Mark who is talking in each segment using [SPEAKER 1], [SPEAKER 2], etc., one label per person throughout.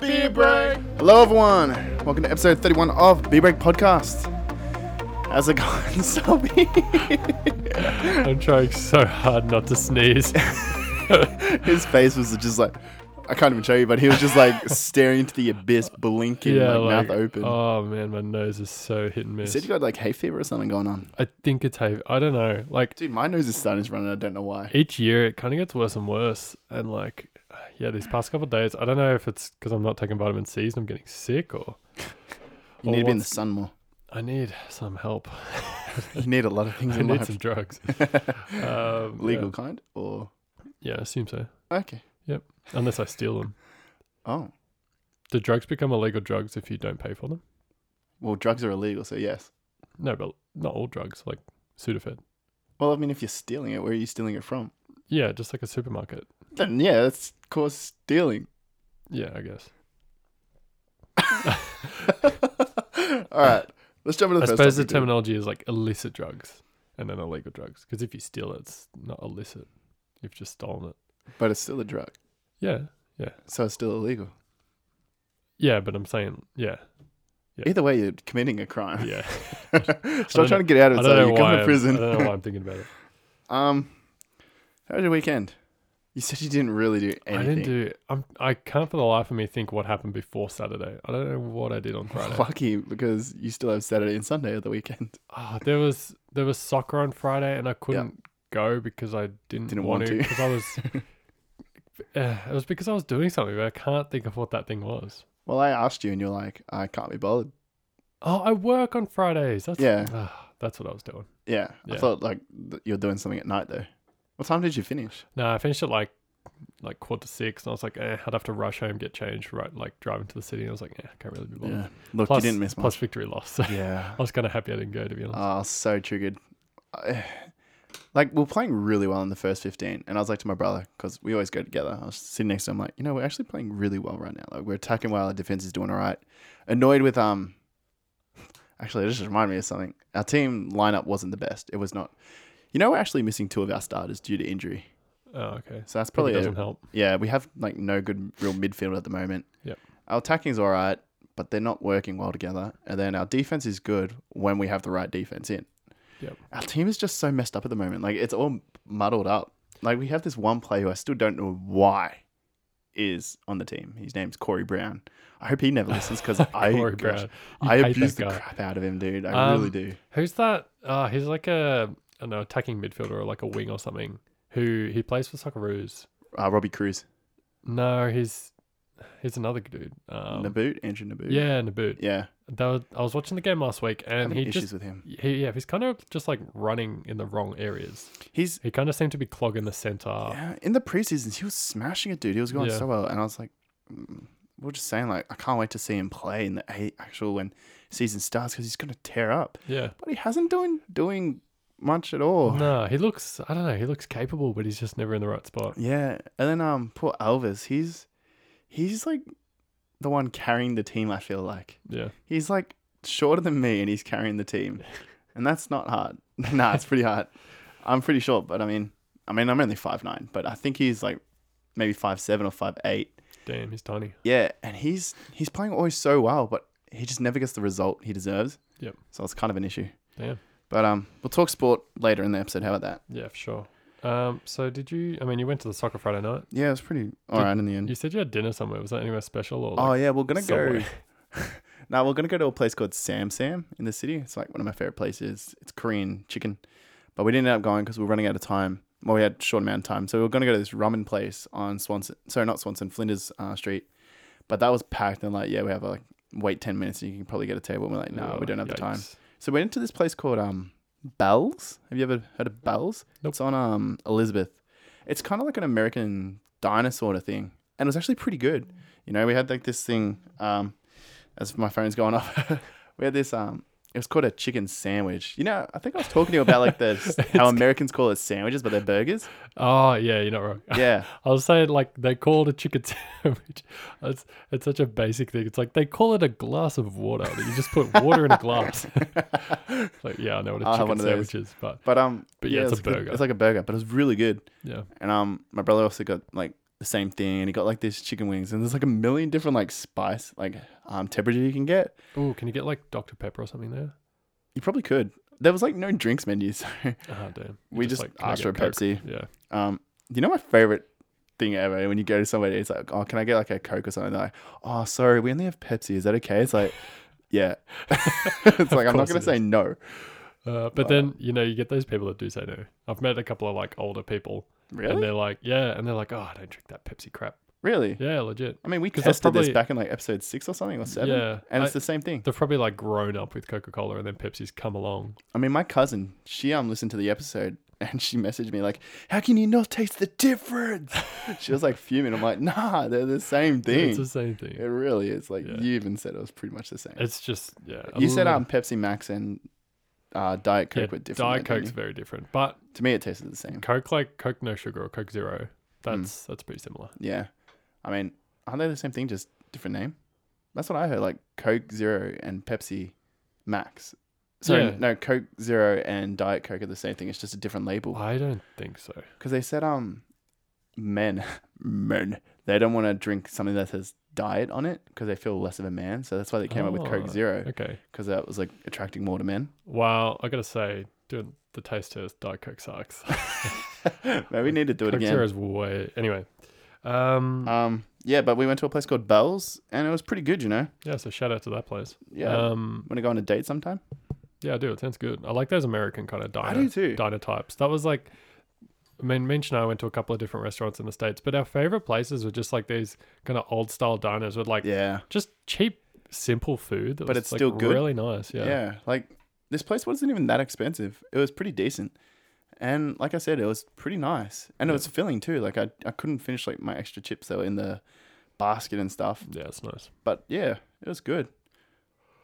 [SPEAKER 1] Be break.
[SPEAKER 2] Hello, everyone. Welcome to episode 31 of B Break Podcast. How's it going, Selby?
[SPEAKER 1] I'm trying so hard not to sneeze.
[SPEAKER 2] His face was just like, I can't even show you, but he was just like staring into the abyss, blinking,
[SPEAKER 1] yeah,
[SPEAKER 2] like,
[SPEAKER 1] like,
[SPEAKER 2] mouth open.
[SPEAKER 1] Oh man, my nose is so hit and
[SPEAKER 2] you
[SPEAKER 1] miss.
[SPEAKER 2] said you got like hay fever or something going on.
[SPEAKER 1] I think it's hay. I don't know. Like
[SPEAKER 2] Dude, my nose is starting to run and I don't know why.
[SPEAKER 1] each year, it kind of gets worse and worse. And like, yeah, these past couple of days, I don't know if it's because I'm not taking vitamin C's and I'm getting sick, or
[SPEAKER 2] You
[SPEAKER 1] Or
[SPEAKER 2] need to be in the
[SPEAKER 1] what's-
[SPEAKER 2] sun more.
[SPEAKER 1] I need some help.
[SPEAKER 2] You need a lot of things
[SPEAKER 1] I
[SPEAKER 2] in
[SPEAKER 1] need
[SPEAKER 2] life.
[SPEAKER 1] some drugs. Um,
[SPEAKER 2] Legal kind or.
[SPEAKER 1] Yeah. yeah, I assume so.
[SPEAKER 2] Okay.
[SPEAKER 1] Unless I steal them.
[SPEAKER 2] Oh.
[SPEAKER 1] Do drugs become illegal drugs if you don't pay for them?
[SPEAKER 2] Well, drugs are illegal, so yes.
[SPEAKER 1] No, but not all drugs. Like Sudafed.
[SPEAKER 2] Well, I mean, if you're stealing it, where are you stealing it from?
[SPEAKER 1] Yeah, just like a supermarket.
[SPEAKER 2] Then, yeah, that's cause stealing.
[SPEAKER 1] Yeah, I guess.
[SPEAKER 2] All right, let's jump into the
[SPEAKER 1] I
[SPEAKER 2] first
[SPEAKER 1] suppose the
[SPEAKER 2] topic, dude.
[SPEAKER 1] terminology is like illicit drugs and then illegal drugs. Because if you steal it, it's not illicit. You've just stolen it.
[SPEAKER 2] But it's still a drug,
[SPEAKER 1] Yeah.
[SPEAKER 2] so it's still illegal.
[SPEAKER 1] Yeah, but I'm saying, yeah. Yeah.
[SPEAKER 2] Either way, you're committing a crime.
[SPEAKER 1] Yeah.
[SPEAKER 2] Stop
[SPEAKER 1] know-
[SPEAKER 2] trying to get out
[SPEAKER 1] I
[SPEAKER 2] of it.
[SPEAKER 1] don't
[SPEAKER 2] So
[SPEAKER 1] know
[SPEAKER 2] you
[SPEAKER 1] why.
[SPEAKER 2] come
[SPEAKER 1] I'm-
[SPEAKER 2] to
[SPEAKER 1] I don't know why
[SPEAKER 2] prison.
[SPEAKER 1] I'm thinking about it.
[SPEAKER 2] um, how was your weekend? You said you didn't really do anything.
[SPEAKER 1] I didn't do I'm I can't for the life of me think what happened before Saturday. I don't know what I did on Friday.
[SPEAKER 2] Lucky because you still have Saturday and Sunday of the weekend.
[SPEAKER 1] Ah, there was there was soccer on Friday and I couldn't go because I didn't,
[SPEAKER 2] Didn't
[SPEAKER 1] want,
[SPEAKER 2] want
[SPEAKER 1] to
[SPEAKER 2] to.
[SPEAKER 1] because I was uh, it was because I was doing something, but I can't think of what that thing was.
[SPEAKER 2] Well, I asked you, and you're like, I can't be bothered.
[SPEAKER 1] Oh, I work on Fridays. That's
[SPEAKER 2] Yeah.
[SPEAKER 1] Ah, that's what I was doing.
[SPEAKER 2] Yeah, I
[SPEAKER 1] Yeah.
[SPEAKER 2] thought like th- you're doing something at night though. What time did you finish?
[SPEAKER 1] No, I finished at like like quarter to six, and I was like, eh, I'd have to rush home, get changed, right? Like driving to the city, and I was like, eh, I can't really be bothered.
[SPEAKER 2] Yeah, look,
[SPEAKER 1] Plus,
[SPEAKER 2] you didn't miss
[SPEAKER 1] plus
[SPEAKER 2] much.
[SPEAKER 1] victory loss. So
[SPEAKER 2] Yeah,
[SPEAKER 1] I was kind of happy I didn't go to be honest.
[SPEAKER 2] Oh, so triggered. I- Like, we are playing really well in the first 15. And I was like to my brother, because we always go together. I was sitting next to him, like, you know, we're actually playing really well right now. Like, we're attacking well. Our defense is doing all right. Annoyed with, um, actually, this just reminded me of something. Our team lineup wasn't the best. It was not. You know, we're actually missing two of our starters due to injury.
[SPEAKER 1] oh, okay.
[SPEAKER 2] So that's probably,
[SPEAKER 1] Probably
[SPEAKER 2] a,
[SPEAKER 1] doesn't help.
[SPEAKER 2] yeah, we have like no good real midfield at the moment.
[SPEAKER 1] Yep.
[SPEAKER 2] Our attacking's all right, but they're not working well together. And then our defense is good when we have the right defense in.
[SPEAKER 1] Yep.
[SPEAKER 2] Our team is just so messed up at the moment. Like it's all muddled up. Like we have this one player who I still don't know why is on the team. His name's Corey Brown. I hope he never listens because I
[SPEAKER 1] Corey
[SPEAKER 2] gosh,
[SPEAKER 1] Brown. You
[SPEAKER 2] I
[SPEAKER 1] hate that
[SPEAKER 2] abuse the
[SPEAKER 1] guy.
[SPEAKER 2] crap out of him, dude. I
[SPEAKER 1] Um,
[SPEAKER 2] really do.
[SPEAKER 1] Who's that? Uh, he's like a I don't know attacking midfielder or like a wing or something. Who he plays for Socceroos?
[SPEAKER 2] Uh, Robbie Cruz,
[SPEAKER 1] No, he's he's another dude. Um,
[SPEAKER 2] Naboot, Andrew Naboot.
[SPEAKER 1] yeah, Naboot.
[SPEAKER 2] yeah.
[SPEAKER 1] That was, I was watching the game last week, and
[SPEAKER 2] Having
[SPEAKER 1] he
[SPEAKER 2] issues
[SPEAKER 1] just
[SPEAKER 2] with him.
[SPEAKER 1] he, yeah he's kind of just like running in the wrong areas.
[SPEAKER 2] He's
[SPEAKER 1] He kind of seemed to be clogging the center.
[SPEAKER 2] Yeah, in the preseasons, he was smashing it, dude. He was going
[SPEAKER 1] Uh, Yeah.
[SPEAKER 2] so well, and I was like, mm, we are just saying, like, I can't wait to see him play in the a- actual when season starts because he's gonna tear up.
[SPEAKER 1] yeah.
[SPEAKER 2] But he hasn't doing doing much at all.
[SPEAKER 1] No, he looks. I don't know. He looks capable, but he's just never in the right spot.
[SPEAKER 2] Yeah, and then um, poor Elvis, he's he's like the one carrying the team. I feel like
[SPEAKER 1] Yeah,
[SPEAKER 2] he's like shorter than me, and he's carrying the team, and that's not hard. nah, it's pretty hard. I'm pretty short, but I mean, I mean, I'm only five nine, but I think he's like maybe five seven or five eight.
[SPEAKER 1] damn, he's tiny.
[SPEAKER 2] Yeah, and he's he's playing always so well, but he just never gets the result he deserves.
[SPEAKER 1] Yep.
[SPEAKER 2] So it's kind of an issue.
[SPEAKER 1] Damn.
[SPEAKER 2] But um, we'll talk sport later in the episode. How about that?
[SPEAKER 1] Yeah, for sure. Um, so did you? I mean, you went to the soccer Friday night.
[SPEAKER 2] Yeah, it was pretty all
[SPEAKER 1] Did-
[SPEAKER 2] right in the end.
[SPEAKER 1] You said you had dinner somewhere. Was that anywhere special or?
[SPEAKER 2] oh
[SPEAKER 1] Like,
[SPEAKER 2] yeah, we're gonna
[SPEAKER 1] somewhere?
[SPEAKER 2] go. Now we're gonna go to a place called Sam Sam in the city. It's like one of my favorite places. It's Korean chicken, but we didn't end up going because we were running out of time. Well, we had a short amount of time, so we were gonna go to this ramen place on Swanson. Sorry, not Swanson, Flinders uh, Street. But that was packed, and like, yeah, we have like wait ten minutes, and you can probably get a table. And we're like, Oh, no,
[SPEAKER 1] Yeah,
[SPEAKER 2] we don't have the time.
[SPEAKER 1] Oh, yikes.
[SPEAKER 2] So we went into this place called um Bells. Have you ever heard of Bells?
[SPEAKER 1] Nope.
[SPEAKER 2] It's on um Elizabeth. It's kind of like an American diner sort of thing, and it was actually pretty good. You know, we had like this thing. Um, as my phone's going off, we had this um. It was called a chicken sandwich. You know, I think I was talking to you about like the how Americans call it sandwiches, but they're burgers.
[SPEAKER 1] Oh yeah, you're not wrong.
[SPEAKER 2] Yeah,
[SPEAKER 1] I was saying like they call it a chicken sandwich. It's it's such a basic thing. It's like they call it a glass of water. That you just put water in a glass. like yeah, I know what a
[SPEAKER 2] I'll have
[SPEAKER 1] chicken
[SPEAKER 2] one of those.
[SPEAKER 1] sandwich is, but
[SPEAKER 2] but um,
[SPEAKER 1] But yeah,
[SPEAKER 2] it
[SPEAKER 1] it's a
[SPEAKER 2] was good-
[SPEAKER 1] burger.
[SPEAKER 2] It's like a burger, but it was really good.
[SPEAKER 1] yeah,
[SPEAKER 2] And um, my brother also got like the same thing, and he got like these chicken wings, and there's like a million different like spice like um temperature you can get.
[SPEAKER 1] Oh, can you get like Dr Pepper or something there?
[SPEAKER 2] You probably could. There was like no drinks menu, so
[SPEAKER 1] Ah, damn.
[SPEAKER 2] we just,
[SPEAKER 1] like, can I
[SPEAKER 2] asked for
[SPEAKER 1] get
[SPEAKER 2] a
[SPEAKER 1] Coke?
[SPEAKER 2] Pepsi.
[SPEAKER 1] Yeah.
[SPEAKER 2] Um, you know my favorite thing ever when you go to somebody, it's like, oh, can I get like a Coke or something? They're like, oh, sorry, we only have Pepsi. Is that okay? It's like, yeah. it's like I'm not
[SPEAKER 1] course
[SPEAKER 2] gonna
[SPEAKER 1] it
[SPEAKER 2] say no.
[SPEAKER 1] Uh, but then you know you get those people that do say no. I've met a couple of like older people, and
[SPEAKER 2] Really?
[SPEAKER 1] they're like, yeah, and they're like, oh, I don't drink that Pepsi crap.
[SPEAKER 2] Really?
[SPEAKER 1] Yeah, legit.
[SPEAKER 2] I mean, we
[SPEAKER 1] 'Cause that's
[SPEAKER 2] tested this
[SPEAKER 1] probably-
[SPEAKER 2] back in like episode six or something or seven,
[SPEAKER 1] Yeah,
[SPEAKER 2] and it's
[SPEAKER 1] I-
[SPEAKER 2] the same thing.
[SPEAKER 1] They've probably like grown up with Coca Cola, and then Pepsi's come along.
[SPEAKER 2] I mean, my cousin, she um listened to the episode and she messaged me like, "How can you not taste the difference?" she was like fuming. I'm like, "Nah, they're the same thing.
[SPEAKER 1] It's the same thing.
[SPEAKER 2] it really is. Like
[SPEAKER 1] Yeah.
[SPEAKER 2] you even said it was pretty much the same."
[SPEAKER 1] It's just yeah. a
[SPEAKER 2] you said
[SPEAKER 1] little-
[SPEAKER 2] um Pepsi Max and uh, Diet
[SPEAKER 1] yeah,
[SPEAKER 2] Coke were different.
[SPEAKER 1] Diet
[SPEAKER 2] though, didn't
[SPEAKER 1] Coke's
[SPEAKER 2] you?
[SPEAKER 1] very different, but
[SPEAKER 2] to me, it tasted the same.
[SPEAKER 1] Coke like Coke no sugar or Coke Zero.
[SPEAKER 2] Hmm.
[SPEAKER 1] That's that's pretty similar.
[SPEAKER 2] Yeah, I mean, aren't they the same thing? Just different name. That's what I heard. Like Coke Zero and Pepsi Max. Sorry,
[SPEAKER 1] Yeah.
[SPEAKER 2] no, Coke Zero and Diet Coke are the same thing. It's just a different label.
[SPEAKER 1] I don't think so.
[SPEAKER 2] because they said um men men they don't want to drink something that says diet on it because they feel less of a man so that's why they came up with
[SPEAKER 1] Oh,
[SPEAKER 2] coke zero
[SPEAKER 1] Okay.
[SPEAKER 2] because that was like attracting more to men
[SPEAKER 1] Well, I gotta say, doing the taste test, Diet Coke sucks.
[SPEAKER 2] maybe we need to do it
[SPEAKER 1] Coke Zero
[SPEAKER 2] again
[SPEAKER 1] is way anyway. Um,
[SPEAKER 2] um yeah but we went to a place called bells and it was pretty good you know
[SPEAKER 1] yeah, so shout out to that place.
[SPEAKER 2] yeah
[SPEAKER 1] Um,
[SPEAKER 2] want to go on a date sometime
[SPEAKER 1] yeah, I do. It sounds good. I like those American kind of diner,
[SPEAKER 2] i do too
[SPEAKER 1] diner types. That was like, I mean, Minch and I went to a couple of different restaurants in the States, but our favorite places were just like these kind of old style diners with like
[SPEAKER 2] yeah.
[SPEAKER 1] just cheap, simple food. That
[SPEAKER 2] But
[SPEAKER 1] was,
[SPEAKER 2] it's
[SPEAKER 1] like,
[SPEAKER 2] still good.
[SPEAKER 1] Really nice.
[SPEAKER 2] yeah
[SPEAKER 1] Yeah. yeah.
[SPEAKER 2] like this place wasn't even that expensive it was pretty decent and like i said it was pretty nice and it was filling too like I, I couldn't finish like my extra chips that were in the basket and stuff
[SPEAKER 1] it's nice.
[SPEAKER 2] But yeah, it was good.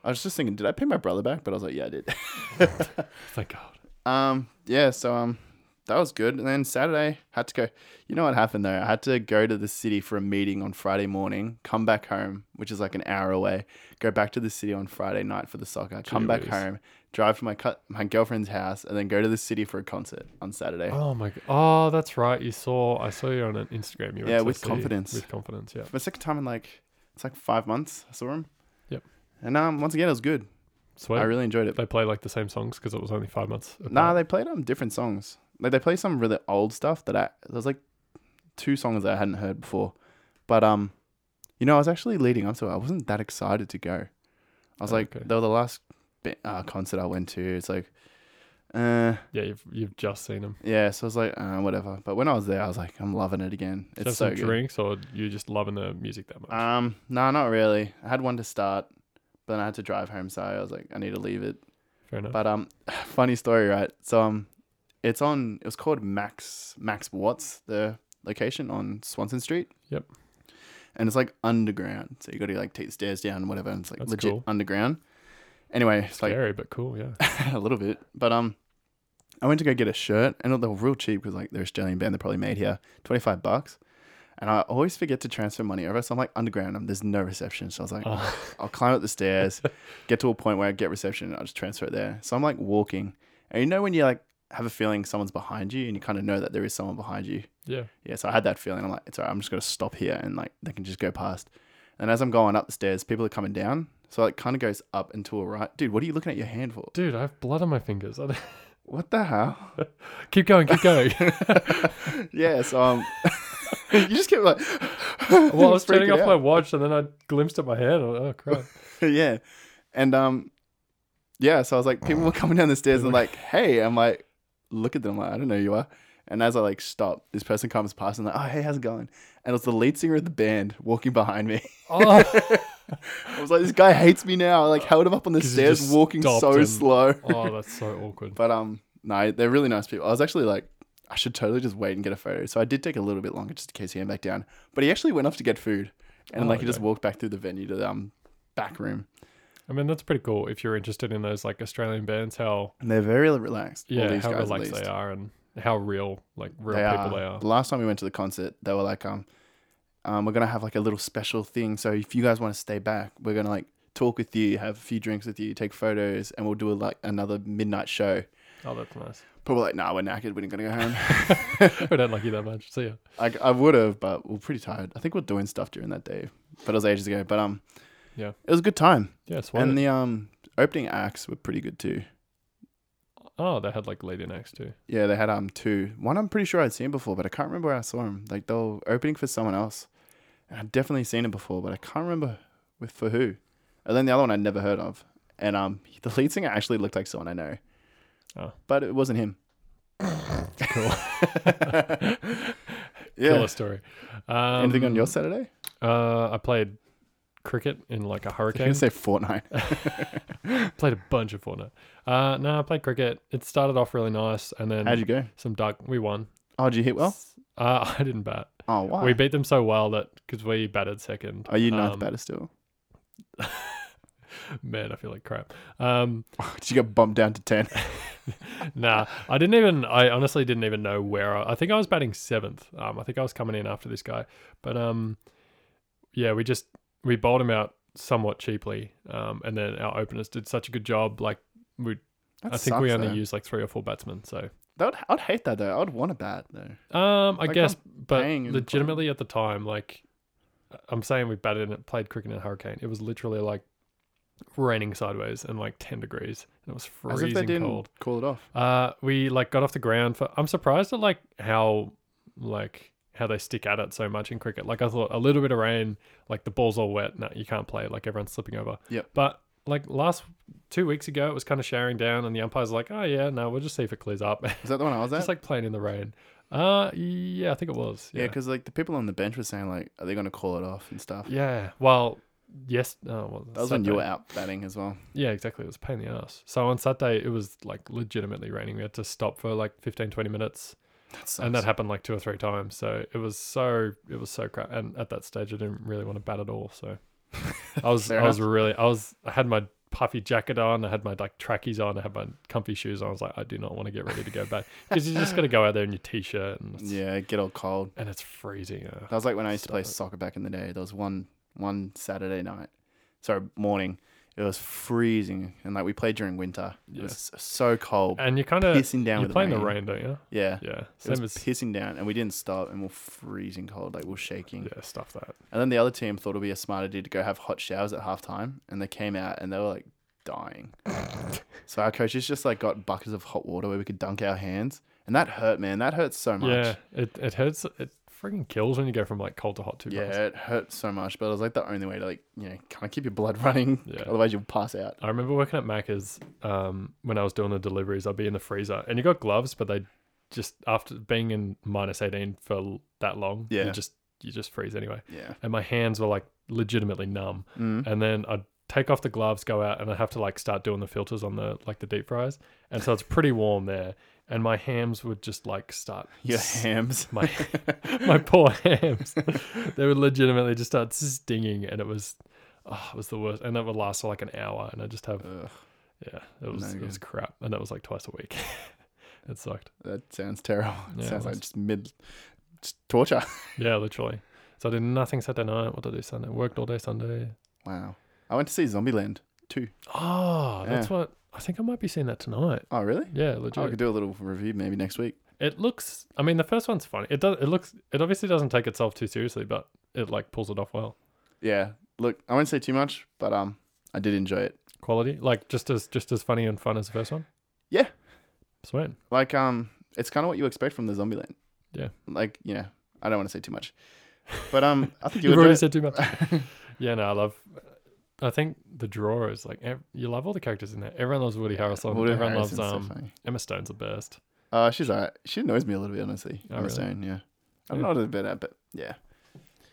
[SPEAKER 2] I was just thinking, did I pay my brother back? But I was like, yeah, I did.
[SPEAKER 1] Thank God.
[SPEAKER 2] um, yeah, so um, that was good. And then Saturday had to go. You know what happened though? I had to go to the city for a meeting on Friday morning. Come back home, which is like an hour away. Go back to the city on Friday night for the soccer. Come back
[SPEAKER 1] Gee whiz.
[SPEAKER 2] home, drive to my cu- my girlfriend's house, and then go to the city for a concert on Saturday.
[SPEAKER 1] Oh my. g- Oh, that's right. You saw. I saw you on an Instagram. You went
[SPEAKER 2] Yeah,
[SPEAKER 1] to the
[SPEAKER 2] with
[SPEAKER 1] city
[SPEAKER 2] confidence.
[SPEAKER 1] With confidence. Yeah.
[SPEAKER 2] For the second time in like it's like five months, I saw him.
[SPEAKER 1] Yep.
[SPEAKER 2] And um, once again, it was good.
[SPEAKER 1] Sweet.
[SPEAKER 2] I really enjoyed it.
[SPEAKER 1] they play like the same songs because it was only five months. apart.
[SPEAKER 2] Nah, they played um different songs. Like they played some really old stuff that I there was like two songs that I hadn't heard before. But um, you know, I was actually leading up to it. I wasn't that excited to go. I was
[SPEAKER 1] Oh,
[SPEAKER 2] like,
[SPEAKER 1] okay.
[SPEAKER 2] they were the last bi- uh, concert I went to. It's like, uh,
[SPEAKER 1] Yeah, you've, you've just seen them.
[SPEAKER 2] yeah. So I was like, uh, whatever. But when I was there, I was like, I'm loving it again.
[SPEAKER 1] Did
[SPEAKER 2] It's
[SPEAKER 1] you have
[SPEAKER 2] so
[SPEAKER 1] some
[SPEAKER 2] good.
[SPEAKER 1] drinks, or you just loving the music that much?
[SPEAKER 2] Um, no, nah, not really. I had one to start, but then I had to drive home. So I was like, I need to leave it.
[SPEAKER 1] Fair enough.
[SPEAKER 2] But um, funny story, right? So um, it's on. It was called Max Max Watts, the location on Swanson Street.
[SPEAKER 1] Yep.
[SPEAKER 2] And it's like underground, so you got to like take the stairs down, and whatever. And it's like
[SPEAKER 1] That's
[SPEAKER 2] legit
[SPEAKER 1] cool.
[SPEAKER 2] underground. Anyway, it's like
[SPEAKER 1] Scary, but cool. Yeah.
[SPEAKER 2] a little bit, but um, I went to go get a shirt, and they were real cheap because like they're Australian band, they're probably made here, twenty five bucks. And I always forget to transfer money over, so I'm like underground. and there's no reception, so I was like,
[SPEAKER 1] Oh.
[SPEAKER 2] I'll climb up the stairs, get to a point where I get reception, and I'll just transfer it there. So I'm like walking, and you know when you like have a feeling someone's behind you, and you kind of know that there is someone behind you.
[SPEAKER 1] yeah.
[SPEAKER 2] Yeah, so I had that feeling. I'm like, it's all right, I'm just gonna stop here, and like they can just go past. And as I'm going up the stairs, people are coming down, so it kind of goes up and to a right. Dude, what are you looking at your hand for?
[SPEAKER 1] Dude, I have blood on my fingers. I don't-
[SPEAKER 2] What the hell?
[SPEAKER 1] keep going. Keep going.
[SPEAKER 2] yeah, so um, you just kept like.
[SPEAKER 1] well, I was turning
[SPEAKER 2] freaking
[SPEAKER 1] off my
[SPEAKER 2] out.
[SPEAKER 1] watch, and then I glimpsed at my hand. and I- Oh crap!
[SPEAKER 2] yeah, and um, yeah, so I was like, people were coming down the stairs and like, hey, I'm like, look at them, like, I don't know who you are. And as I like stop, this person comes past and like, oh hey, how's it going? And it was the lead singer of the band walking behind me.
[SPEAKER 1] Oh,
[SPEAKER 2] I was like, this guy hates me now. I like held him up on the
[SPEAKER 1] 'Cause you
[SPEAKER 2] stairs,
[SPEAKER 1] just
[SPEAKER 2] walking
[SPEAKER 1] stopped
[SPEAKER 2] so
[SPEAKER 1] and-
[SPEAKER 2] slow.
[SPEAKER 1] oh, that's so awkward.
[SPEAKER 2] But um, no, they're really nice people. I was actually like, I should totally just wait and get a photo. So I did take a little bit longer just in case he came back down. But he actually went off to get food, and
[SPEAKER 1] Oh,
[SPEAKER 2] like he just
[SPEAKER 1] okay.
[SPEAKER 2] walked back through the venue to the um back room,
[SPEAKER 1] I mean, that's pretty cool if you're interested in those like Australian bands. How
[SPEAKER 2] and they're very relaxed. all
[SPEAKER 1] yeah,
[SPEAKER 2] these
[SPEAKER 1] how
[SPEAKER 2] guys, at
[SPEAKER 1] relaxed
[SPEAKER 2] least.
[SPEAKER 1] they are, and how real like real
[SPEAKER 2] They
[SPEAKER 1] people they are.
[SPEAKER 2] The last time we went to the concert, they were like, um, um, we're gonna have like a little special thing. So if you guys want to stay back, we're gonna like talk with you, have a few drinks with you, take photos, and we'll do a, like another midnight show.
[SPEAKER 1] Oh, that's nice.
[SPEAKER 2] People were like, nah, we're knackered. We're not going to go home.
[SPEAKER 1] I don't like you that much. See ya.
[SPEAKER 2] I, I would have, but we're pretty tired. I think we're doing stuff during that day, but it was ages ago. But um,
[SPEAKER 1] Yeah.
[SPEAKER 2] it was a good time.
[SPEAKER 1] Yeah, swan.
[SPEAKER 2] And the um opening acts were pretty good too.
[SPEAKER 1] oh, they had like Lady Next too.
[SPEAKER 2] Yeah, they had um two. One I'm pretty sure I'd seen before, but I can't remember where I saw him. Like they were opening for someone else, and I've definitely seen it before, but I can't remember with for who. And then the other one I'd never heard of, and um the lead singer actually looked like someone I know.
[SPEAKER 1] Oh.
[SPEAKER 2] But it wasn't him.
[SPEAKER 1] Cool.
[SPEAKER 2] Yeah.
[SPEAKER 1] Killer story. Um,
[SPEAKER 2] Anything on your Saturday?
[SPEAKER 1] Uh, I played cricket in like a
[SPEAKER 2] I
[SPEAKER 1] hurricane.
[SPEAKER 2] can say Fortnite.
[SPEAKER 1] played a bunch of Fortnite. Uh, no, I played cricket. It started off really nice, and then
[SPEAKER 2] How'd you go?
[SPEAKER 1] some dark. We won.
[SPEAKER 2] Oh, did you hit well?
[SPEAKER 1] Uh, I didn't bat.
[SPEAKER 2] Oh, wow.
[SPEAKER 1] We beat them so well that because we batted second.
[SPEAKER 2] Are you ninth
[SPEAKER 1] um,
[SPEAKER 2] batter still? Oh.
[SPEAKER 1] Man, I feel like crap. Um,
[SPEAKER 2] Did you get bumped down to ten?
[SPEAKER 1] nah, I didn't even. I honestly didn't even know where. I, I think I was batting seventh. Um, I think I was coming in after this guy, but um, yeah, we just we bowled him out somewhat cheaply. Um, and then our openers did such a good job. Like we,
[SPEAKER 2] That
[SPEAKER 1] I think we
[SPEAKER 2] sucks,
[SPEAKER 1] only
[SPEAKER 2] though.
[SPEAKER 1] used like three or four batsmen. So
[SPEAKER 2] That would, I'd hate that though. I'd want a bat though.
[SPEAKER 1] Um, I
[SPEAKER 2] Like,
[SPEAKER 1] guess, but
[SPEAKER 2] paying and
[SPEAKER 1] legitimately at the time, like I'm saying, we batted and played cricket in a hurricane. It was literally like raining sideways and like 10 degrees, and it was
[SPEAKER 2] As if
[SPEAKER 1] freezing
[SPEAKER 2] they didn't
[SPEAKER 1] cold.
[SPEAKER 2] call it off.
[SPEAKER 1] Uh, we like got off the ground for. I'm surprised at like how like how they stick at it so much in cricket. Like I thought a little bit of rain, like the ball's all wet, no, you can't play. Like everyone's slipping over.
[SPEAKER 2] Yep.
[SPEAKER 1] But like last two weeks ago, it was kind of showering down, and the umpires like, oh yeah, no, we'll just see if it clears up.
[SPEAKER 2] Is that the one I was at?
[SPEAKER 1] Just like playing in the rain. Uh, yeah, I think it was.
[SPEAKER 2] yeah,
[SPEAKER 1] Yeah,
[SPEAKER 2] because like the people on the bench were saying like, are they going to call it off and stuff?
[SPEAKER 1] yeah. Well, yes. Oh, well,
[SPEAKER 2] That was when you
[SPEAKER 1] Saturday.
[SPEAKER 2] were out batting as well.
[SPEAKER 1] Yeah, exactly. It was a pain in the ass. So on Saturday, it was like legitimately raining. We had to stop for like 15, 20 minutes,
[SPEAKER 2] That sucks.
[SPEAKER 1] and that happened like two or three times. So it was so it was so crap. And at that stage, I didn't really want to bat at all. So I was
[SPEAKER 2] Fair
[SPEAKER 1] I was really I was I had my puffy jacket on. I had my like trackies on. I had my comfy shoes on. I was like, I do not want to get ready to go back because you just got to go out there in your t-shirt and it's,
[SPEAKER 2] yeah, get all cold.
[SPEAKER 1] and it's freezing. uh.
[SPEAKER 2] That was like when I used to play
[SPEAKER 1] Stop it.
[SPEAKER 2] soccer back in the day. There was one one Saturday night, sorry morning. It was freezing, and like we played during winter. It
[SPEAKER 1] Yeah.
[SPEAKER 2] was so cold,
[SPEAKER 1] And you kind of
[SPEAKER 2] pissing down.
[SPEAKER 1] You're
[SPEAKER 2] with
[SPEAKER 1] playing
[SPEAKER 2] rain.
[SPEAKER 1] the rain, don't you?
[SPEAKER 2] Yeah,
[SPEAKER 1] Yeah.
[SPEAKER 2] it was
[SPEAKER 1] Same as
[SPEAKER 2] pissing down, and we didn't stop, and we we're freezing cold, like we we're shaking.
[SPEAKER 1] yeah, stuff that.
[SPEAKER 2] And then the other team thought it'd be a smart idea to go have hot showers at halftime, and they came out and they were like dying. so our coaches just like got buckets of hot water where we could dunk our hands, and that hurt, man. That hurt so much.
[SPEAKER 1] Yeah, it it hurts. It freaking kills when you go from like cold to hot too fast.
[SPEAKER 2] Yeah, it hurt so much, but it was like the only way to like you know kind of keep your blood running.
[SPEAKER 1] Yeah.
[SPEAKER 2] Otherwise, you'll pass out.
[SPEAKER 1] I remember working at Macca's um, when I was doing the deliveries. I'd be in the freezer, and you got gloves, but they just after being in minus eighteen for l- that long,
[SPEAKER 2] Yeah.
[SPEAKER 1] you just you just freeze anyway.
[SPEAKER 2] Yeah.
[SPEAKER 1] And my hands were like legitimately numb.
[SPEAKER 2] Mm.
[SPEAKER 1] and then I'd take off the gloves, go out, and I have to like start doing the filters on the like the deep fries, and so it's pretty warm there, and my hams would just like start
[SPEAKER 2] Your
[SPEAKER 1] s-
[SPEAKER 2] hams.
[SPEAKER 1] my my poor hams, they would legitimately just start stinging, and it was oh, it was the worst, and that would last for like an hour, and I just have
[SPEAKER 2] Ugh,
[SPEAKER 1] yeah, it was
[SPEAKER 2] No
[SPEAKER 1] it was crap, and that was like twice a week, it sucked,
[SPEAKER 2] that sounds terrible. It
[SPEAKER 1] Yeah, it
[SPEAKER 2] sounds like
[SPEAKER 1] was.
[SPEAKER 2] just mid just torture.
[SPEAKER 1] yeah, literally. So I did nothing Saturday night. What did I do Sunday? Worked all day Sunday.
[SPEAKER 2] wow. I went to see Zombieland too.
[SPEAKER 1] Oh, that's
[SPEAKER 2] Yeah.
[SPEAKER 1] what I think I might be seeing that tonight.
[SPEAKER 2] Oh, really?
[SPEAKER 1] Yeah, legit.
[SPEAKER 2] Oh, I could do a little review maybe next week.
[SPEAKER 1] It looks. I mean, the first one's funny. It does. It looks. It obviously doesn't take itself too seriously, but it like pulls it off well.
[SPEAKER 2] yeah look i won't say too much but um i did enjoy it
[SPEAKER 1] Quality, like just as just as funny and fun as the first one.
[SPEAKER 2] Yeah.
[SPEAKER 1] Sweet.
[SPEAKER 2] like um it's kind of what you expect from the zombie land
[SPEAKER 1] Yeah.
[SPEAKER 2] like you know i don't want to say too much but um i think
[SPEAKER 1] You
[SPEAKER 2] you
[SPEAKER 1] have
[SPEAKER 2] enjoy
[SPEAKER 1] already
[SPEAKER 2] it.
[SPEAKER 1] said too much. yeah, no, I love. I think the draw is like ev- you love all the characters in there. Everyone loves Woody Harrelson.
[SPEAKER 2] Woody
[SPEAKER 1] Everyone
[SPEAKER 2] Harrelson's
[SPEAKER 1] loves
[SPEAKER 2] so
[SPEAKER 1] um
[SPEAKER 2] funny.
[SPEAKER 1] Emma Stone's the best.
[SPEAKER 2] uh she's all right she annoys me a little bit honestly
[SPEAKER 1] Oh,
[SPEAKER 2] on the
[SPEAKER 1] really?
[SPEAKER 2] stone yeah i'm
[SPEAKER 1] Yeah.
[SPEAKER 2] not a bit at but yeah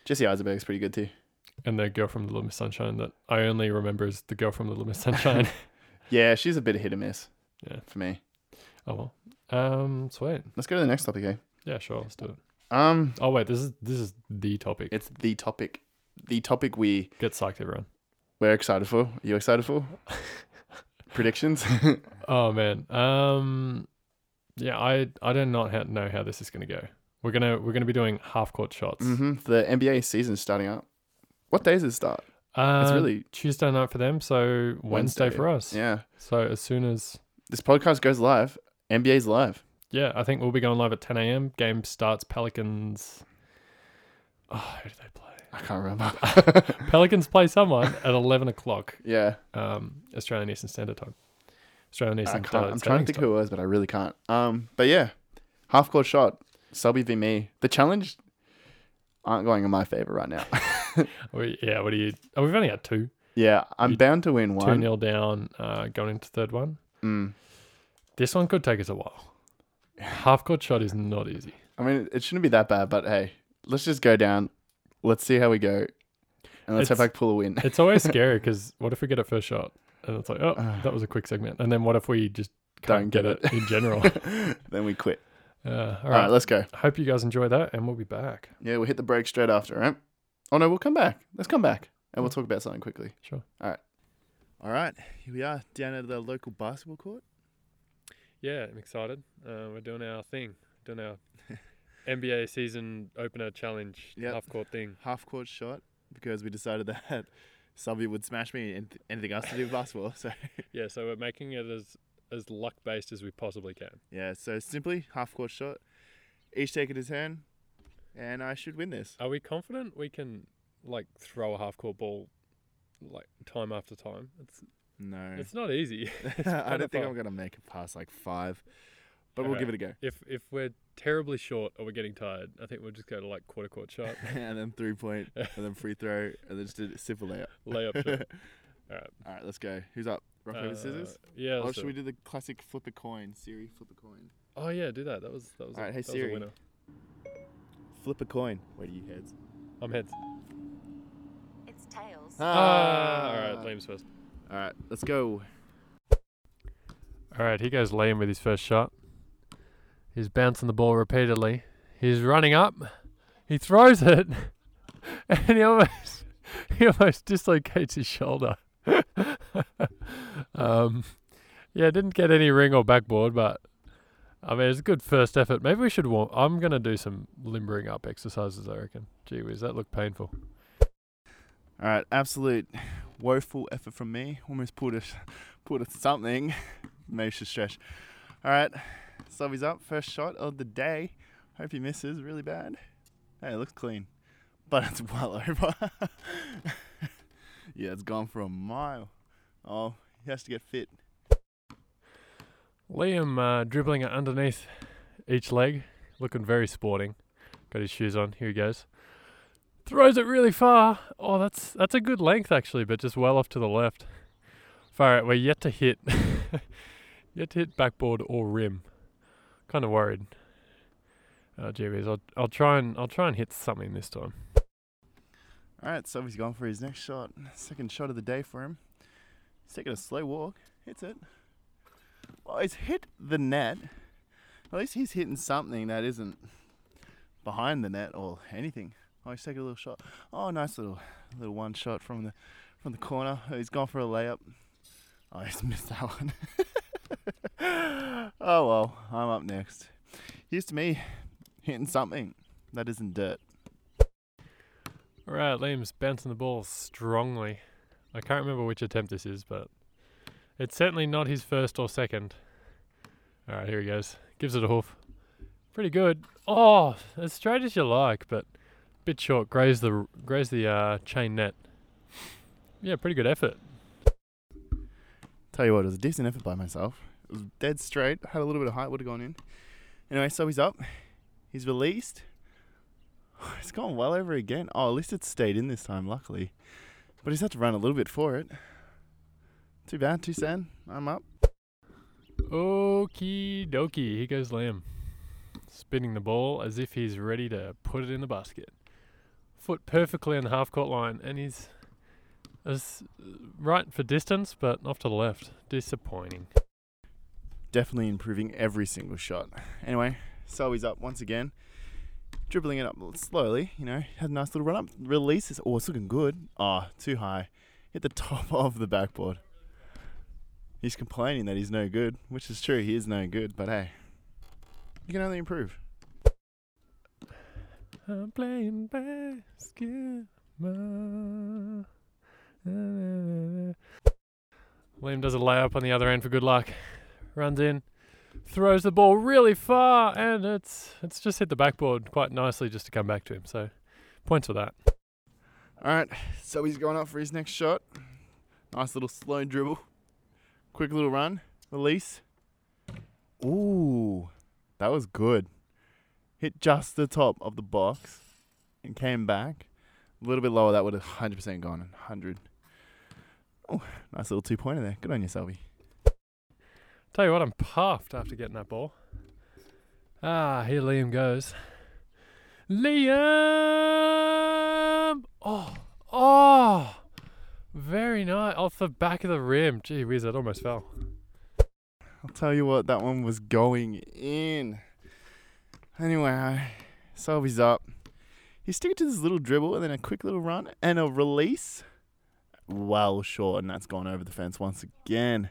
[SPEAKER 2] jesse eisenberg's pretty good too
[SPEAKER 1] And the girl from The Little Miss Sunshine that I only remember is the girl from The Little Miss Sunshine.
[SPEAKER 2] yeah she's a bit of hit or miss
[SPEAKER 1] Yeah.
[SPEAKER 2] for me
[SPEAKER 1] oh well. Um, sweet.
[SPEAKER 2] let's go to the next topic eh?
[SPEAKER 1] Yeah, sure. Let's do it.
[SPEAKER 2] um
[SPEAKER 1] Oh wait, this is this is the topic.
[SPEAKER 2] it's the topic the topic we
[SPEAKER 1] Get psyched, everyone.
[SPEAKER 2] we're excited for are you excited for predictions
[SPEAKER 1] Oh man. Um yeah, I I do not ha- know how this is going to go. We're going to we're going to be doing half court shots.
[SPEAKER 2] hmm the nba season's starting up what days does it start
[SPEAKER 1] Uh,
[SPEAKER 2] It's really-
[SPEAKER 1] Tuesday night for them, so Wednesday,
[SPEAKER 2] Wednesday.
[SPEAKER 1] for us.
[SPEAKER 2] yeah
[SPEAKER 1] So as soon as
[SPEAKER 2] this podcast goes live, NBA's live.
[SPEAKER 1] Yeah, I think we'll be going live at 10 a.m. Game starts Pelicans. Oh, who do they play?
[SPEAKER 2] I can't remember.
[SPEAKER 1] Pelicans play someone at 11 o'clock
[SPEAKER 2] yeah,
[SPEAKER 1] um, Australian Eastern Standard Time. Australian
[SPEAKER 2] I
[SPEAKER 1] Eastern
[SPEAKER 2] can't,
[SPEAKER 1] Standard
[SPEAKER 2] I'm trying to think
[SPEAKER 1] Savings
[SPEAKER 2] who it was, but I really can't. Um, but yeah, half court shot, Subby v me. The challenge aren't going in my favor right now.
[SPEAKER 1] Time. We- yeah, what do you? Oh, we've only had two.
[SPEAKER 2] yeah, I'm
[SPEAKER 1] You-
[SPEAKER 2] bound to win
[SPEAKER 1] Two
[SPEAKER 2] one.
[SPEAKER 1] nil down, uh, going into third one.
[SPEAKER 2] Mm.
[SPEAKER 1] This one could take us a while. Half court shot is not easy.
[SPEAKER 2] I mean, it shouldn't be that bad, but hey, let's just go down. Let's see how we go, and let's see if I
[SPEAKER 1] It's-
[SPEAKER 2] can pull a win.
[SPEAKER 1] It's always scary because what if we get it first shot and it's like, oh,
[SPEAKER 2] Ah.
[SPEAKER 1] that was a quick segment, and then what if we just can't
[SPEAKER 2] Don't
[SPEAKER 1] get,
[SPEAKER 2] get
[SPEAKER 1] it, in general?
[SPEAKER 2] then we quit.
[SPEAKER 1] Uh, alright
[SPEAKER 2] All right, let's go.
[SPEAKER 1] Hope you guys enjoy that, and we'll be back.
[SPEAKER 2] Yeah, we'll hit the break straight after, right? Oh no, we'll come back. Let's come back and we'll talk about something quickly.
[SPEAKER 1] Hmm. Sure.
[SPEAKER 2] All right. All right. Here we are down at the local basketball court.
[SPEAKER 1] Yeah, I'm excited. Uh, we're doing our thing, doing our NBA season opener challenge,
[SPEAKER 2] Yep.
[SPEAKER 1] half court thing.
[SPEAKER 2] Half court shot because we decided that somebody would smash me and anything else to do with basketball. So
[SPEAKER 1] Yeah, so we're making it as as luck based as we possibly can.
[SPEAKER 2] yeah, so simply half court shot. Each take it a turn, and I should win this.
[SPEAKER 1] Are we confident we can like throw a half court ball like time after time? It's
[SPEAKER 2] No.
[SPEAKER 1] it's not easy. It's
[SPEAKER 2] I
[SPEAKER 1] kind
[SPEAKER 2] don't
[SPEAKER 1] of
[SPEAKER 2] think
[SPEAKER 1] hard.
[SPEAKER 2] I'm gonna make it past like five, but we'll give it a go.
[SPEAKER 1] If if we're terribly short or we're getting tired, I think we'll just go to like quarter court shot,
[SPEAKER 2] and then three point, and then free throw, and then just a simple layup.
[SPEAKER 1] layup shot. Alright.
[SPEAKER 2] All right, let's go. Who's up? Rock paper scissors.
[SPEAKER 1] Uh, Yeah.
[SPEAKER 2] Or
[SPEAKER 1] let's
[SPEAKER 2] should
[SPEAKER 1] do
[SPEAKER 2] we
[SPEAKER 1] it.
[SPEAKER 2] do the classic flip a coin? Siri, flip a coin.
[SPEAKER 1] Oh yeah, do that. That was that was, a,
[SPEAKER 2] Alright, hey,
[SPEAKER 1] that was a
[SPEAKER 2] Siri.
[SPEAKER 1] winner.
[SPEAKER 2] Flip a coin. Where do you heads?
[SPEAKER 1] I'm heads.
[SPEAKER 3] It's tails.
[SPEAKER 1] Ah, alright, Liam's first.
[SPEAKER 2] All right, let's go.
[SPEAKER 1] All right, he goes Liam with his first shot. He's bouncing the ball repeatedly. He's running up. He throws it, and he almost he almost dislocates his shoulder. um, yeah, didn't get any ring or backboard, but I mean it's a good first effort. Maybe we should warm. I'm gonna do some limbering up exercises. I reckon. Gee whiz, that looked painful.
[SPEAKER 2] All right, absolute woeful effort from me. Almost pulled a, pulled a something. Managed to stretch. All right, Sobby's up. First shot of the day. Hope he misses really bad. Hey, it looks clean, but it's well over. yeah, it's gone for a mile. Oh, he has to get fit.
[SPEAKER 1] Liam uh, dribbling it underneath each leg, looking very sporting. Got his shoes on. Here he goes. Throws it really far. Oh, that's that's a good length actually, but just well off to the left. Far out. We're yet to hit, yet to hit backboard or rim. Kind of worried. Uh, gee whiz, I'll I'll try and I'll try and hit something this time.
[SPEAKER 2] All right, so he's gone for his next shot. Second shot of the day for him. He's taking a slow walk. Hits it. Well, he's hit the net. At least he's hitting something that isn't behind the net or anything. Oh, he's taking a little shot. Oh, nice little little one shot from the from the corner. Oh, he's gone for a layup. Oh, he's missed that one. oh well, I'm up next. Here's to me hitting something that isn't dirt.
[SPEAKER 1] All right, Liam's bouncing the ball strongly. I can't remember which attempt this is, but it's certainly not his first or second. All right, here he goes. Gives it a hoof. Pretty good. Oh, as straight as you like, but bit short. Graze the graze the uh, chain net. Yeah, pretty good effort.
[SPEAKER 2] Tell you what, it was a decent effort by myself. It was dead straight. Had a little bit of height, would have gone in. Anyway, so he's up. He's released. It's gone well over again. Oh, at least it stayed in this time, luckily. But he's had to run a little bit for it. Too bad, too sad. I'm up.
[SPEAKER 1] Okie dokie. Here goes Liam. Spinning the ball as if he's ready to put it in the basket. Foot perfectly in the half court line, and he's as right for distance, but off to the left. Disappointing.
[SPEAKER 2] Definitely improving every single shot. Anyway, so he's up once again. Dribbling it up slowly, you know, had a nice little run up. Releases. Oh, it's looking good. Ah, too high. Hit the top of the backboard. He's complaining that he's no good, which is true. He is no good, but hey, you can only improve.
[SPEAKER 1] I'm playing basketball. Liam does a layup on the other end for good luck. Runs in. throws the ball really far, and it's it's just hit the backboard quite nicely just to come back to him. So points for that.
[SPEAKER 2] All right, so he's going up for his next shot. Nice little slow dribble, quick little run, release. Ooh, that was good. Hit just the top of the box and came back. A little bit lower, that would have 100% gone. 100. Oh, nice little two pointer there. Good on you, Selby.
[SPEAKER 1] Tell you what, I'm puffed after getting that ball. Ah, here Liam goes. Liam! Oh, oh! Very nice. Off the back of the rim. Gee whiz, that almost fell.
[SPEAKER 2] I'll tell you what, that one was going in. Anyway, Selby's up. He's sticking to this little dribble and then a quick little run and a release. Well short, and that's gone over the fence once again.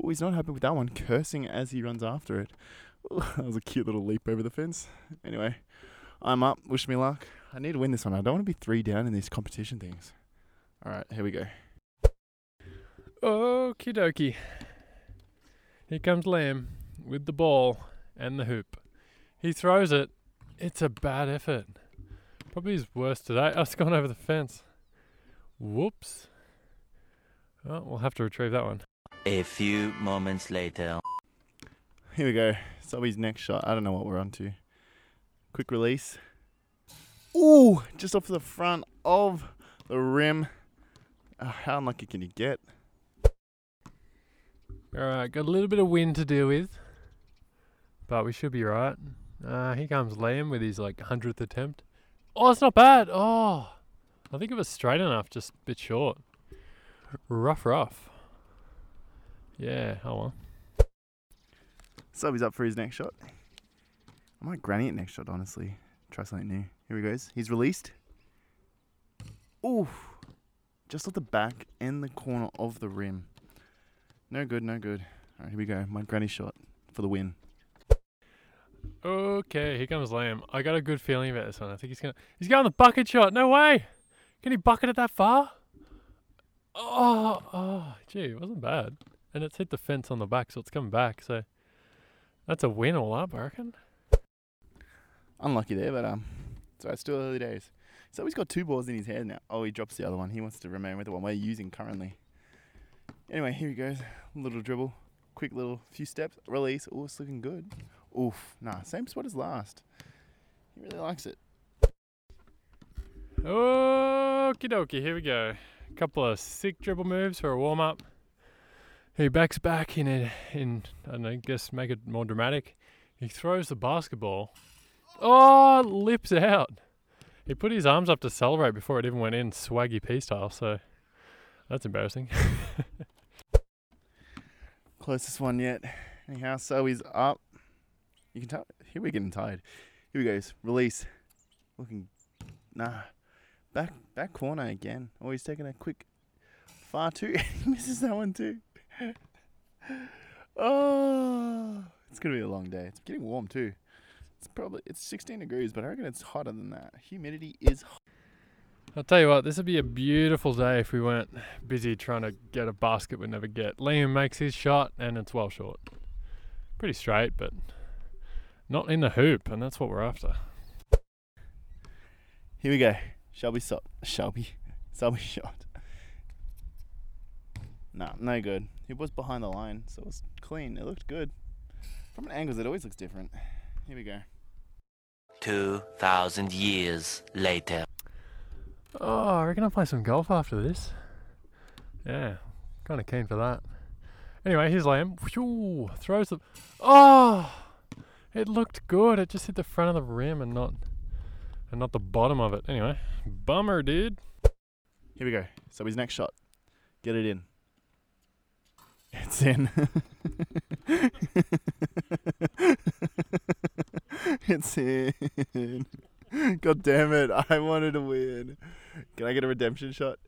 [SPEAKER 2] Oh, he's not happy with that one, cursing as he runs after it. Ooh, that was a cute little leap over the fence. Anyway, I'm up. Wish me luck. I need to win this one. I don't want to be three down in these competition things. All right, here we go.
[SPEAKER 1] Okie dokie. Here comes Liam with the ball and the hoop. He throws it. It's a bad effort. Probably his worst today. Oh, it's gone over the fence. Whoops. Oh, we'll have to retrieve that one.
[SPEAKER 4] A few moments later.
[SPEAKER 2] Here we go. Selby's next shot. I don't know what we're on to. Quick release. Ooh, just off the front of the rim. Ah, how unlucky can you get?
[SPEAKER 1] All right, got a little bit of wind to deal with, but we should be right. Uh, here comes Liam with his like hundredth attempt. Oh, it's not bad. Oh, I think it was straight enough, just a bit short. Rough, rough. Yeah. Oh well.
[SPEAKER 2] Selby's up for his next shot. I might granny it next shot, honestly. Try something new. Here he goes. He's released. Ooh, just off the back and the corner of the rim. No good, no good. All right, here we go. My granny shot for the win.
[SPEAKER 1] Okay, here comes Liam. I got a good feeling about this one. I think he's gonna he's going the bucket shot. No way. Can he bucket it that far? Oh, oh, gee, it wasn't bad. And it's hit the fence on the back, so it's come back. So that's a win all up, I reckon.
[SPEAKER 2] Unlucky there, but um, so it's still early days. So he's got two balls in his hand now. Oh, he drops the other one. He wants to remain with the one we're using currently. Anyway, here he goes. Little dribble, quick little few steps, release. Oh, it's looking good. Oof, nah, same spot as last. He really likes it.
[SPEAKER 1] Okie dokie, here we go. A couple of sick dribble moves for a warm up. He backs back in a, in I don't know, guess make it more dramatic. He throws the basketball. Oh, it lips out. He put his arms up to celebrate before it even went in, swaggy P style. So that's embarrassing.
[SPEAKER 2] Closest one yet. Anyhow, so he's up. You can tell. Here we're getting tired. Here we goes. Release. Looking. Nah. Back back corner again. Oh, he's taking a quick far two. he misses that one too. Oh, it's gonna be a long day. It's getting warm too. It's probably it's 16 degrees, but I reckon it's hotter than that. Humidity is. Hot.
[SPEAKER 1] I'll tell you what, this would be a beautiful day if we weren't busy trying to get a basket we never get. Liam makes his shot and it's well short. Pretty straight, but not in the hoop, and that's what we're after.
[SPEAKER 2] Here we go. Shelby shot. Shelby. Shelby shot. Nah, no good. He was behind the line, so it was clean. It looked good. From an angle, it always looks different. Here we go.
[SPEAKER 4] 2,000 years later.
[SPEAKER 1] Oh, I reckon I'll play some golf after this. Yeah, kind of keen for that. Anyway, here's Liam. Phew, throws the. Oh, it looked good. It just hit the front of the rim and not, and not the bottom of it. Anyway, bummer, dude.
[SPEAKER 2] Here we go. So his next shot. Get it in. It's in. it's in. God damn it. I wanted to win. Can I get a redemption shot?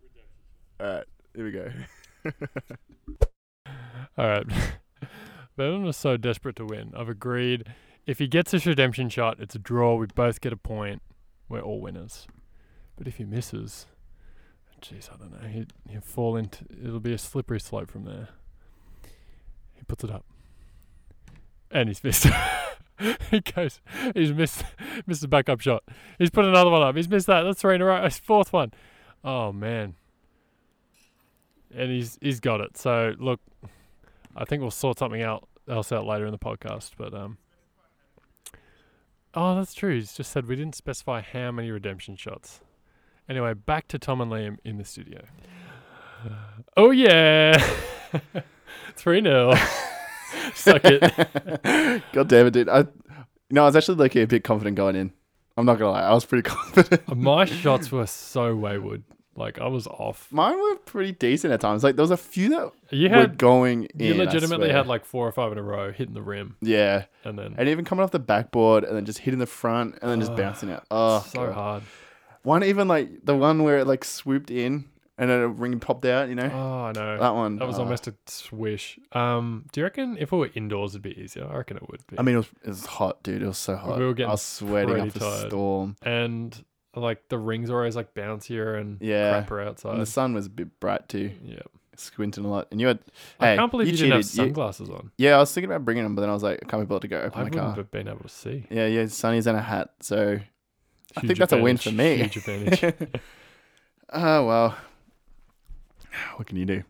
[SPEAKER 2] All right. Here we go.
[SPEAKER 1] All right. Bevan was so desperate to win. I've agreed. If he gets his redemption shot, it's a draw. We both get a point. We're all winners. But if he misses, jeez, I don't know. He, he'll fall into. It'll be a slippery slope from there. He puts it up. and he's missed. he goes, he's missed, missed the backup shot. He's put another one up. He's missed that. That's three in a row. His fourth one. Oh man. And he's he's got it. So look, I think we'll sort something out else out later in the podcast. But um, oh, that's true. He's just said we didn't specify how many redemption shots. Anyway, back to Tom and Liam in the studio. Oh yeah, three 0 Suck it.
[SPEAKER 2] God damn it, dude. I no, I was actually like a bit confident going in. I'm not gonna lie, I was pretty confident.
[SPEAKER 1] My shots were so wayward. Like I was off.
[SPEAKER 2] Mine were pretty decent at times. Like there was a few that
[SPEAKER 1] You
[SPEAKER 2] were
[SPEAKER 1] had
[SPEAKER 2] going in.
[SPEAKER 1] you
[SPEAKER 2] I
[SPEAKER 1] legitimately
[SPEAKER 2] swear.
[SPEAKER 1] had like four or five in a row hitting the rim,
[SPEAKER 2] yeah,
[SPEAKER 1] and then
[SPEAKER 2] and even coming off the backboard and then just hitting the front and then just
[SPEAKER 1] Ugh,
[SPEAKER 2] bouncing out. Oh,
[SPEAKER 1] so
[SPEAKER 2] God.
[SPEAKER 1] hard.
[SPEAKER 2] One even like the one where it like swooped in and then a ring popped out. You know
[SPEAKER 1] Oh, I know.
[SPEAKER 2] that one.
[SPEAKER 1] That was
[SPEAKER 2] oh.
[SPEAKER 1] almost a swish. Um, do you reckon if we were indoors, it'd be easier? I reckon it would be.
[SPEAKER 2] I mean, it was, it was hot, dude. It was so hot.
[SPEAKER 1] were
[SPEAKER 2] I
[SPEAKER 1] getting
[SPEAKER 2] was sweating
[SPEAKER 1] pretty
[SPEAKER 2] up the
[SPEAKER 1] tired.
[SPEAKER 2] storm.
[SPEAKER 1] and like the rings are always like bouncier and
[SPEAKER 2] Yeah.
[SPEAKER 1] crapper outside.
[SPEAKER 2] And the sun was a bit bright too,
[SPEAKER 1] yeah,
[SPEAKER 2] squinting a lot. And you had,
[SPEAKER 1] I
[SPEAKER 2] hey,
[SPEAKER 1] can't believe you,
[SPEAKER 2] cheated.
[SPEAKER 1] didn't have
[SPEAKER 2] You-
[SPEAKER 1] sunglasses on.
[SPEAKER 2] yeah, I was thinking about bringing them, but then I was like, I can't be bothered to go open
[SPEAKER 1] I
[SPEAKER 2] my
[SPEAKER 1] wouldn't
[SPEAKER 2] car.
[SPEAKER 1] have been able to see.
[SPEAKER 2] Yeah, yeah, Sunny's in a hat, so I
[SPEAKER 1] Huge
[SPEAKER 2] think that's a win for me.
[SPEAKER 1] advantage, Huge advantage.
[SPEAKER 2] oh well. What can you do?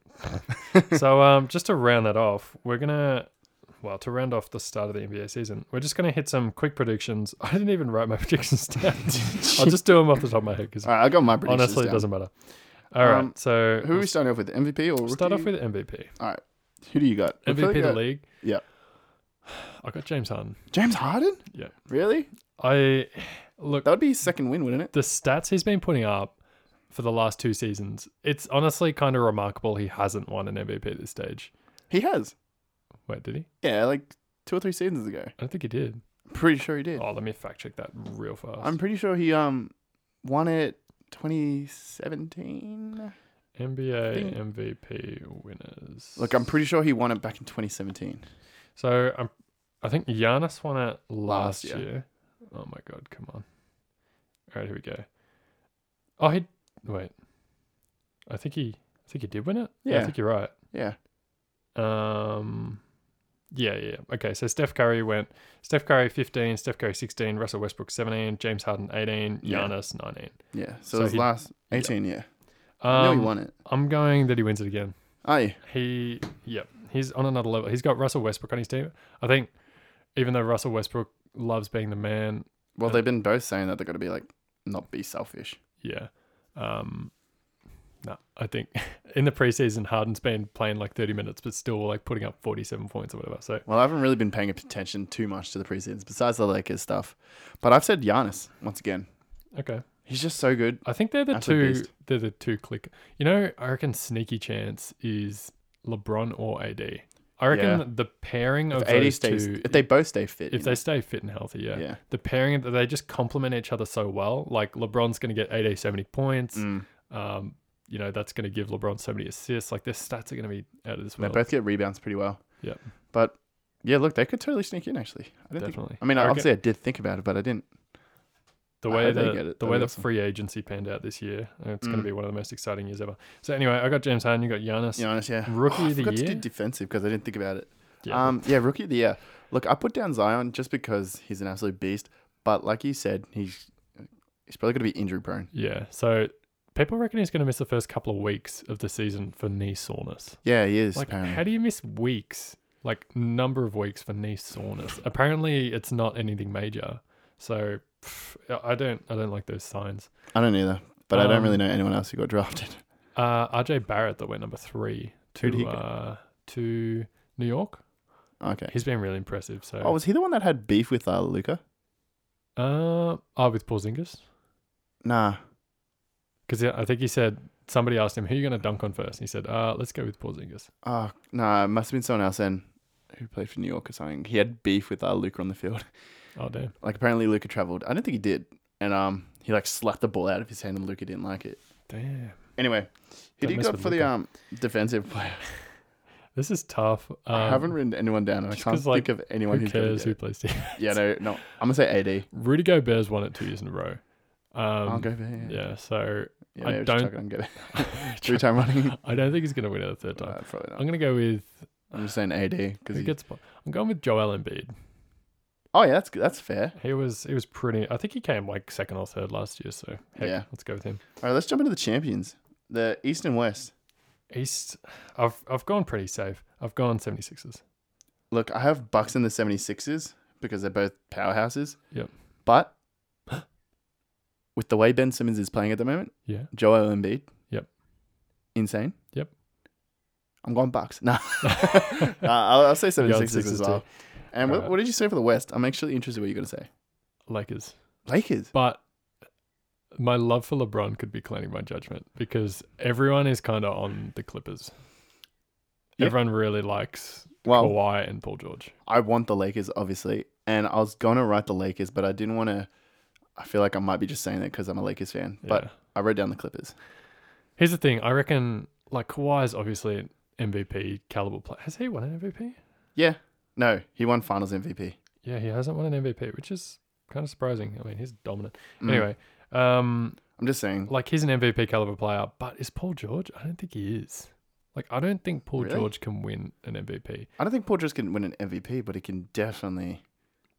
[SPEAKER 1] so um, just to round that off, we're gonna well to round off the start of the NBA season, we're just gonna hit some quick predictions. I didn't even write my predictions down. I'll just do them off the top of my head because
[SPEAKER 2] All right, I got my predictions.
[SPEAKER 1] honestly, it
[SPEAKER 2] down.
[SPEAKER 1] doesn't matter. All right,
[SPEAKER 2] Um,
[SPEAKER 1] so
[SPEAKER 2] Who are we
[SPEAKER 1] we'll
[SPEAKER 2] starting off with? MVP or rookie?
[SPEAKER 1] start off with MVP,
[SPEAKER 2] All right, who do you got? I feel
[SPEAKER 1] MVP
[SPEAKER 2] like uh,
[SPEAKER 1] of the
[SPEAKER 2] I-
[SPEAKER 1] league.
[SPEAKER 2] Yeah,
[SPEAKER 1] I got James Harden.
[SPEAKER 2] James Harden.
[SPEAKER 1] Yeah.
[SPEAKER 2] Really?
[SPEAKER 1] I look
[SPEAKER 2] That would be his second win, wouldn't it?
[SPEAKER 1] the stats he's been putting up for the last two seasons. It's honestly kind of remarkable he hasn't won an MVP at this stage.
[SPEAKER 2] He has.
[SPEAKER 1] Wait, did he?
[SPEAKER 2] Yeah, like two or three seasons ago.
[SPEAKER 1] I don't think he did.
[SPEAKER 2] Pretty sure he did.
[SPEAKER 1] Oh, let me fact check that real fast.
[SPEAKER 2] I'm pretty sure he um won it 2017.
[SPEAKER 1] NBA
[SPEAKER 2] think-
[SPEAKER 1] MVP winners.
[SPEAKER 2] Look, I'm pretty sure he won it back in 2017.
[SPEAKER 1] so I'm, I think Giannis won it
[SPEAKER 2] Last
[SPEAKER 1] last,
[SPEAKER 2] year.
[SPEAKER 1] year. Oh my god, come on! All right, here we go. Oh, he wait. I think he, I think he did win it. I
[SPEAKER 2] Yeah.
[SPEAKER 1] think you're right.
[SPEAKER 2] Yeah.
[SPEAKER 1] Um, yeah, yeah. Okay, so Steph Curry went Steph Curry 15, Steph Curry 16, Russell Westbrook 17, James Harden 18,
[SPEAKER 2] Yeah.
[SPEAKER 1] Giannis 19.
[SPEAKER 2] Yeah. So,
[SPEAKER 1] So
[SPEAKER 2] it was
[SPEAKER 1] he-
[SPEAKER 2] last 18, yeah. I know
[SPEAKER 1] Um,
[SPEAKER 2] he won it.
[SPEAKER 1] I'm going that he wins it again.
[SPEAKER 2] Oh, yeah.
[SPEAKER 1] He, yep, he's on another level. He's got Russell Westbrook on his team. I think even though Russell Westbrook loves being the man,
[SPEAKER 2] Well, they've been both saying that they're going to be like, not be selfish.
[SPEAKER 1] yeah. Um, no, I think in the preseason Harden's been playing like 30 minutes, but still like putting up 47 points or whatever. So
[SPEAKER 2] Well, I haven't really been paying attention too much to the preseasons besides the Lakers stuff. But I've said Giannis once again.
[SPEAKER 1] okay.
[SPEAKER 2] He's just so good.
[SPEAKER 1] I think they're the
[SPEAKER 2] That's a
[SPEAKER 1] two.
[SPEAKER 2] beast.
[SPEAKER 1] They're the two click. You know, I reckon sneaky chance is LeBron or AD. I reckon
[SPEAKER 2] Yeah.
[SPEAKER 1] the pairing of
[SPEAKER 2] If
[SPEAKER 1] those
[SPEAKER 2] AD stays,
[SPEAKER 1] two,
[SPEAKER 2] if they both stay fit,
[SPEAKER 1] if
[SPEAKER 2] you
[SPEAKER 1] they
[SPEAKER 2] know.
[SPEAKER 1] stay fit and healthy, yeah,
[SPEAKER 2] Yeah.
[SPEAKER 1] the pairing that they just complement each other so well. Like LeBron's going to get AD seventy points.
[SPEAKER 2] Mm.
[SPEAKER 1] Um, you know that's going to give LeBron so many assists. Like their stats are going to be out of this
[SPEAKER 2] they
[SPEAKER 1] world.
[SPEAKER 2] both get rebounds pretty well.
[SPEAKER 1] Yep.
[SPEAKER 2] But yeah, look, they could totally sneak in actually. I didn't think-
[SPEAKER 1] Definitely.
[SPEAKER 2] I mean,
[SPEAKER 1] I reckon-
[SPEAKER 2] obviously, I did think about it, but I didn't.
[SPEAKER 1] the
[SPEAKER 2] I
[SPEAKER 1] way
[SPEAKER 2] hope they
[SPEAKER 1] that
[SPEAKER 2] get it.
[SPEAKER 1] the
[SPEAKER 2] That'd
[SPEAKER 1] way
[SPEAKER 2] be
[SPEAKER 1] that
[SPEAKER 2] awesome.
[SPEAKER 1] free agency panned out this year, uh, it's going
[SPEAKER 2] Mm.
[SPEAKER 1] to be one of the most exciting years ever. So anyway, I got James Harden, you got Giannis.
[SPEAKER 2] Giannis, yeah. Oh,
[SPEAKER 1] Rookie
[SPEAKER 2] I
[SPEAKER 1] of the
[SPEAKER 2] forgot to
[SPEAKER 1] year?
[SPEAKER 2] do defensive because I didn't think about it.
[SPEAKER 1] Yeah,
[SPEAKER 2] Um, yeah, rookie of the year. Look, I put down Zion just because he's an absolute beast. But like you said, he's he's probably going to be injury prone.
[SPEAKER 1] Yeah. So people reckon he's going to miss the first couple of weeks of the season for knee soreness.
[SPEAKER 2] Yeah, he is.
[SPEAKER 1] Like,
[SPEAKER 2] apparently.
[SPEAKER 1] how do you miss weeks? Like number of weeks for knee soreness. Apparently, it's not anything major. So pff, I I don't, I don't like those signs.
[SPEAKER 2] I don't either. But I don't really
[SPEAKER 1] Um,
[SPEAKER 2] know anyone else who got drafted.
[SPEAKER 1] Uh, RJ Barrett that went number three
[SPEAKER 2] Who did he go?
[SPEAKER 1] to uh, to New York.
[SPEAKER 2] Okay.
[SPEAKER 1] He's been really impressive. So
[SPEAKER 2] Oh, was he the one that had beef with uh, Luca?
[SPEAKER 1] uh, oh, with Porzingis
[SPEAKER 2] Nah.
[SPEAKER 1] because I think he said somebody asked him who you going to dunk on first, and he said, uh, let's go with Porzingis.
[SPEAKER 2] Oh, nah. It must have been someone else then who played for New York or something. He had beef with uh, Luca on the field.
[SPEAKER 1] Oh damn.
[SPEAKER 2] Like apparently Luca traveled. I don't think he did. And um, he like slapped the ball out of his hand, and Luca didn't like it.
[SPEAKER 1] Damn.
[SPEAKER 2] Anyway, who do
[SPEAKER 1] Don't
[SPEAKER 2] you
[SPEAKER 1] mess
[SPEAKER 2] got
[SPEAKER 1] with
[SPEAKER 2] for the
[SPEAKER 1] Luka.
[SPEAKER 2] um defensive player?
[SPEAKER 1] This is tough. Um,
[SPEAKER 2] I haven't written anyone down, and I
[SPEAKER 1] just
[SPEAKER 2] can't
[SPEAKER 1] 'cause, like,
[SPEAKER 2] think of anyone
[SPEAKER 1] Who
[SPEAKER 2] who's going
[SPEAKER 1] cares
[SPEAKER 2] to
[SPEAKER 1] who
[SPEAKER 2] it.
[SPEAKER 1] plays defense?
[SPEAKER 2] Yeah, no, no. I'm gonna say AD.
[SPEAKER 1] Rudy Gobert's won it two years in a row. Um,
[SPEAKER 2] I'll go there. Yeah,
[SPEAKER 1] Yeah, so
[SPEAKER 2] yeah
[SPEAKER 1] I
[SPEAKER 2] maybe just
[SPEAKER 1] don't-
[SPEAKER 2] chuck it and get it. Three time running.
[SPEAKER 1] I don't think he's going to win it a third time.
[SPEAKER 2] Uh, probably not.
[SPEAKER 1] I'm going to go with
[SPEAKER 2] I'm just saying AD because
[SPEAKER 1] Who
[SPEAKER 2] he
[SPEAKER 1] gets? po- I'm going with Joel Embiid.
[SPEAKER 2] Oh yeah, that's that's fair.
[SPEAKER 1] He was he was pretty. I think he came like second or third last year. So heck,
[SPEAKER 2] Yeah.
[SPEAKER 1] let's go with him.
[SPEAKER 2] All right, let's jump into the champions, the East and West.
[SPEAKER 1] East. I've I've gone pretty safe. I've gone 76ers.
[SPEAKER 2] Look, I have Bucks in the 76ers because they're both powerhouses.
[SPEAKER 1] Yep.
[SPEAKER 2] But with the way Ben Simmons is playing at the moment,
[SPEAKER 1] Yeah.
[SPEAKER 2] Joel Embiid.
[SPEAKER 1] Yep.
[SPEAKER 2] Insane.
[SPEAKER 1] Yep.
[SPEAKER 2] I'm going Bucks. No. Nah, I'll, I'll say 76ers as
[SPEAKER 1] 76ers
[SPEAKER 2] well.
[SPEAKER 1] too.
[SPEAKER 2] And what,
[SPEAKER 1] Alright.
[SPEAKER 2] what did you say for the West? I'm actually interested what you're going to say.
[SPEAKER 1] Lakers.
[SPEAKER 2] Lakers.
[SPEAKER 1] But my love for LeBron could be clouding my judgment because everyone is kind of on the Clippers.
[SPEAKER 2] Yeah.
[SPEAKER 1] Everyone really likes
[SPEAKER 2] Well,
[SPEAKER 1] Kawhi and Paul George.
[SPEAKER 2] I want the Lakers, obviously. And I was going to write the Lakers, but I didn't want to. I feel like I might be just saying that because I'm a Lakers fan. But
[SPEAKER 1] Yeah.
[SPEAKER 2] I wrote down the Clippers.
[SPEAKER 1] Here's the thing. I reckon like Kawhi is obviously an MVP caliber player. Has he won an MVP?
[SPEAKER 2] Yeah. No, he won finals MVP.
[SPEAKER 1] Yeah, he hasn't won an MVP, which is kind of surprising. I mean, he's dominant.
[SPEAKER 2] Mm.
[SPEAKER 1] Anyway, um,
[SPEAKER 2] I'm just saying.
[SPEAKER 1] like he's an MVP caliber player, but is Paul George? I don't think he is. Like I don't think Paul
[SPEAKER 2] Really?
[SPEAKER 1] George can win an MVP.
[SPEAKER 2] I don't think Porters can win an MVP, but he can definitely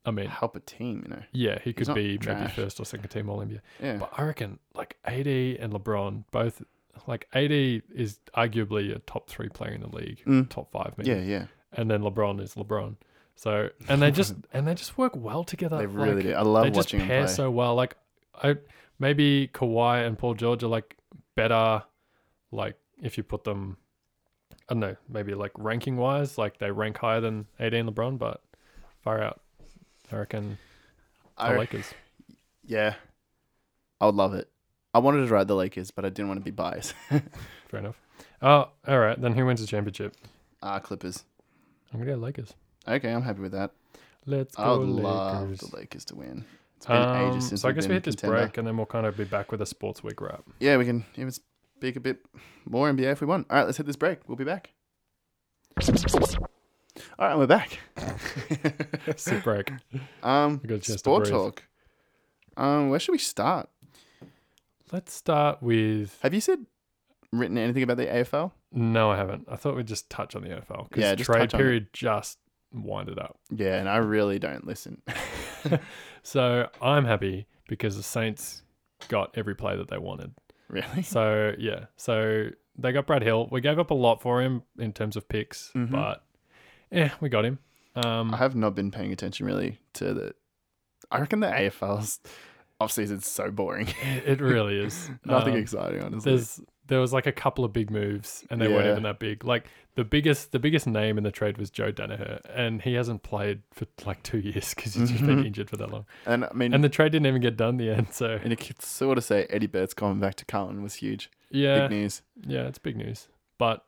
[SPEAKER 1] I mean,
[SPEAKER 2] help a team, you know.
[SPEAKER 1] yeah, he could
[SPEAKER 2] not
[SPEAKER 1] be maybe
[SPEAKER 2] trash.
[SPEAKER 1] first or second team All NBA.
[SPEAKER 2] Yeah.
[SPEAKER 1] But I reckon like AD and LeBron both like AD is arguably a top three player in the league,
[SPEAKER 2] Mm.
[SPEAKER 1] top five maybe.
[SPEAKER 2] yeah, yeah.
[SPEAKER 1] And then LeBron is LeBron. So and they just and they just work well together.
[SPEAKER 2] They
[SPEAKER 1] like,
[SPEAKER 2] really do. I love
[SPEAKER 1] they just
[SPEAKER 2] watching him
[SPEAKER 1] pair
[SPEAKER 2] play.
[SPEAKER 1] so well. Like I maybe Kawhi and Paul George are like better. Like if you put them, I don't know, maybe like ranking wise, like they rank higher than AD and LeBron, but far out. I reckon the
[SPEAKER 2] I-
[SPEAKER 1] Lakers.
[SPEAKER 2] yeah. I would love it. I wanted to ride the Lakers, but I didn't want to be biased.
[SPEAKER 1] Fair enough. Oh, all right. Then who wins the championship?
[SPEAKER 2] ah, Clippers.
[SPEAKER 1] I'm gonna go Lakers.
[SPEAKER 2] Okay, I'm happy with that.
[SPEAKER 1] Let's
[SPEAKER 2] I
[SPEAKER 1] go
[SPEAKER 2] would love
[SPEAKER 1] Lakers.
[SPEAKER 2] the Lakers to win. It's been
[SPEAKER 1] Um,
[SPEAKER 2] ages since
[SPEAKER 1] so I
[SPEAKER 2] we've
[SPEAKER 1] guess
[SPEAKER 2] been
[SPEAKER 1] we hit this
[SPEAKER 2] contender.
[SPEAKER 1] break, and then we'll kind of be back with a sports week wrap.
[SPEAKER 2] Yeah, we can even speak a bit more NBA if we want. All right, let's hit this break. We'll be back. All right, we're back.
[SPEAKER 1] Sit break.
[SPEAKER 2] um,
[SPEAKER 1] We got a chance to
[SPEAKER 2] sport
[SPEAKER 1] breathe.
[SPEAKER 2] talk. Um, where should we start?
[SPEAKER 1] Let's start with
[SPEAKER 2] Have you said written anything about the AFL?
[SPEAKER 1] No, I haven't. I thought we'd just touch on the AFL because
[SPEAKER 2] Yeah, just
[SPEAKER 1] trade
[SPEAKER 2] touch on it.
[SPEAKER 1] period just winded up.
[SPEAKER 2] Yeah, and I really don't listen.
[SPEAKER 1] So I'm happy because the Saints got every play that they wanted.
[SPEAKER 2] really?
[SPEAKER 1] So yeah, so they got Brad Hill. We gave up a lot for him in terms of picks,
[SPEAKER 2] Mhm.
[SPEAKER 1] but yeah, we got him. Um,
[SPEAKER 2] I have not been paying attention really to the. I reckon the AFL's off season's so boring.
[SPEAKER 1] it really is
[SPEAKER 2] Nothing
[SPEAKER 1] Um,
[SPEAKER 2] exciting, honestly.
[SPEAKER 1] There's there was like a couple of big moves, and they weren't
[SPEAKER 2] Yeah.
[SPEAKER 1] even that big. Like the biggest the biggest name in the trade was Joe Danaher, and he hasn't played for like two years because he's just been injured for that long.
[SPEAKER 2] and I mean,
[SPEAKER 1] And
[SPEAKER 2] Mm-hmm. and,
[SPEAKER 1] the trade didn't even get done in the end. So
[SPEAKER 2] you could sort of say Eddie Burt's coming back to Carlton was huge.
[SPEAKER 1] yeah,
[SPEAKER 2] Big news.
[SPEAKER 1] yeah, it's big news. But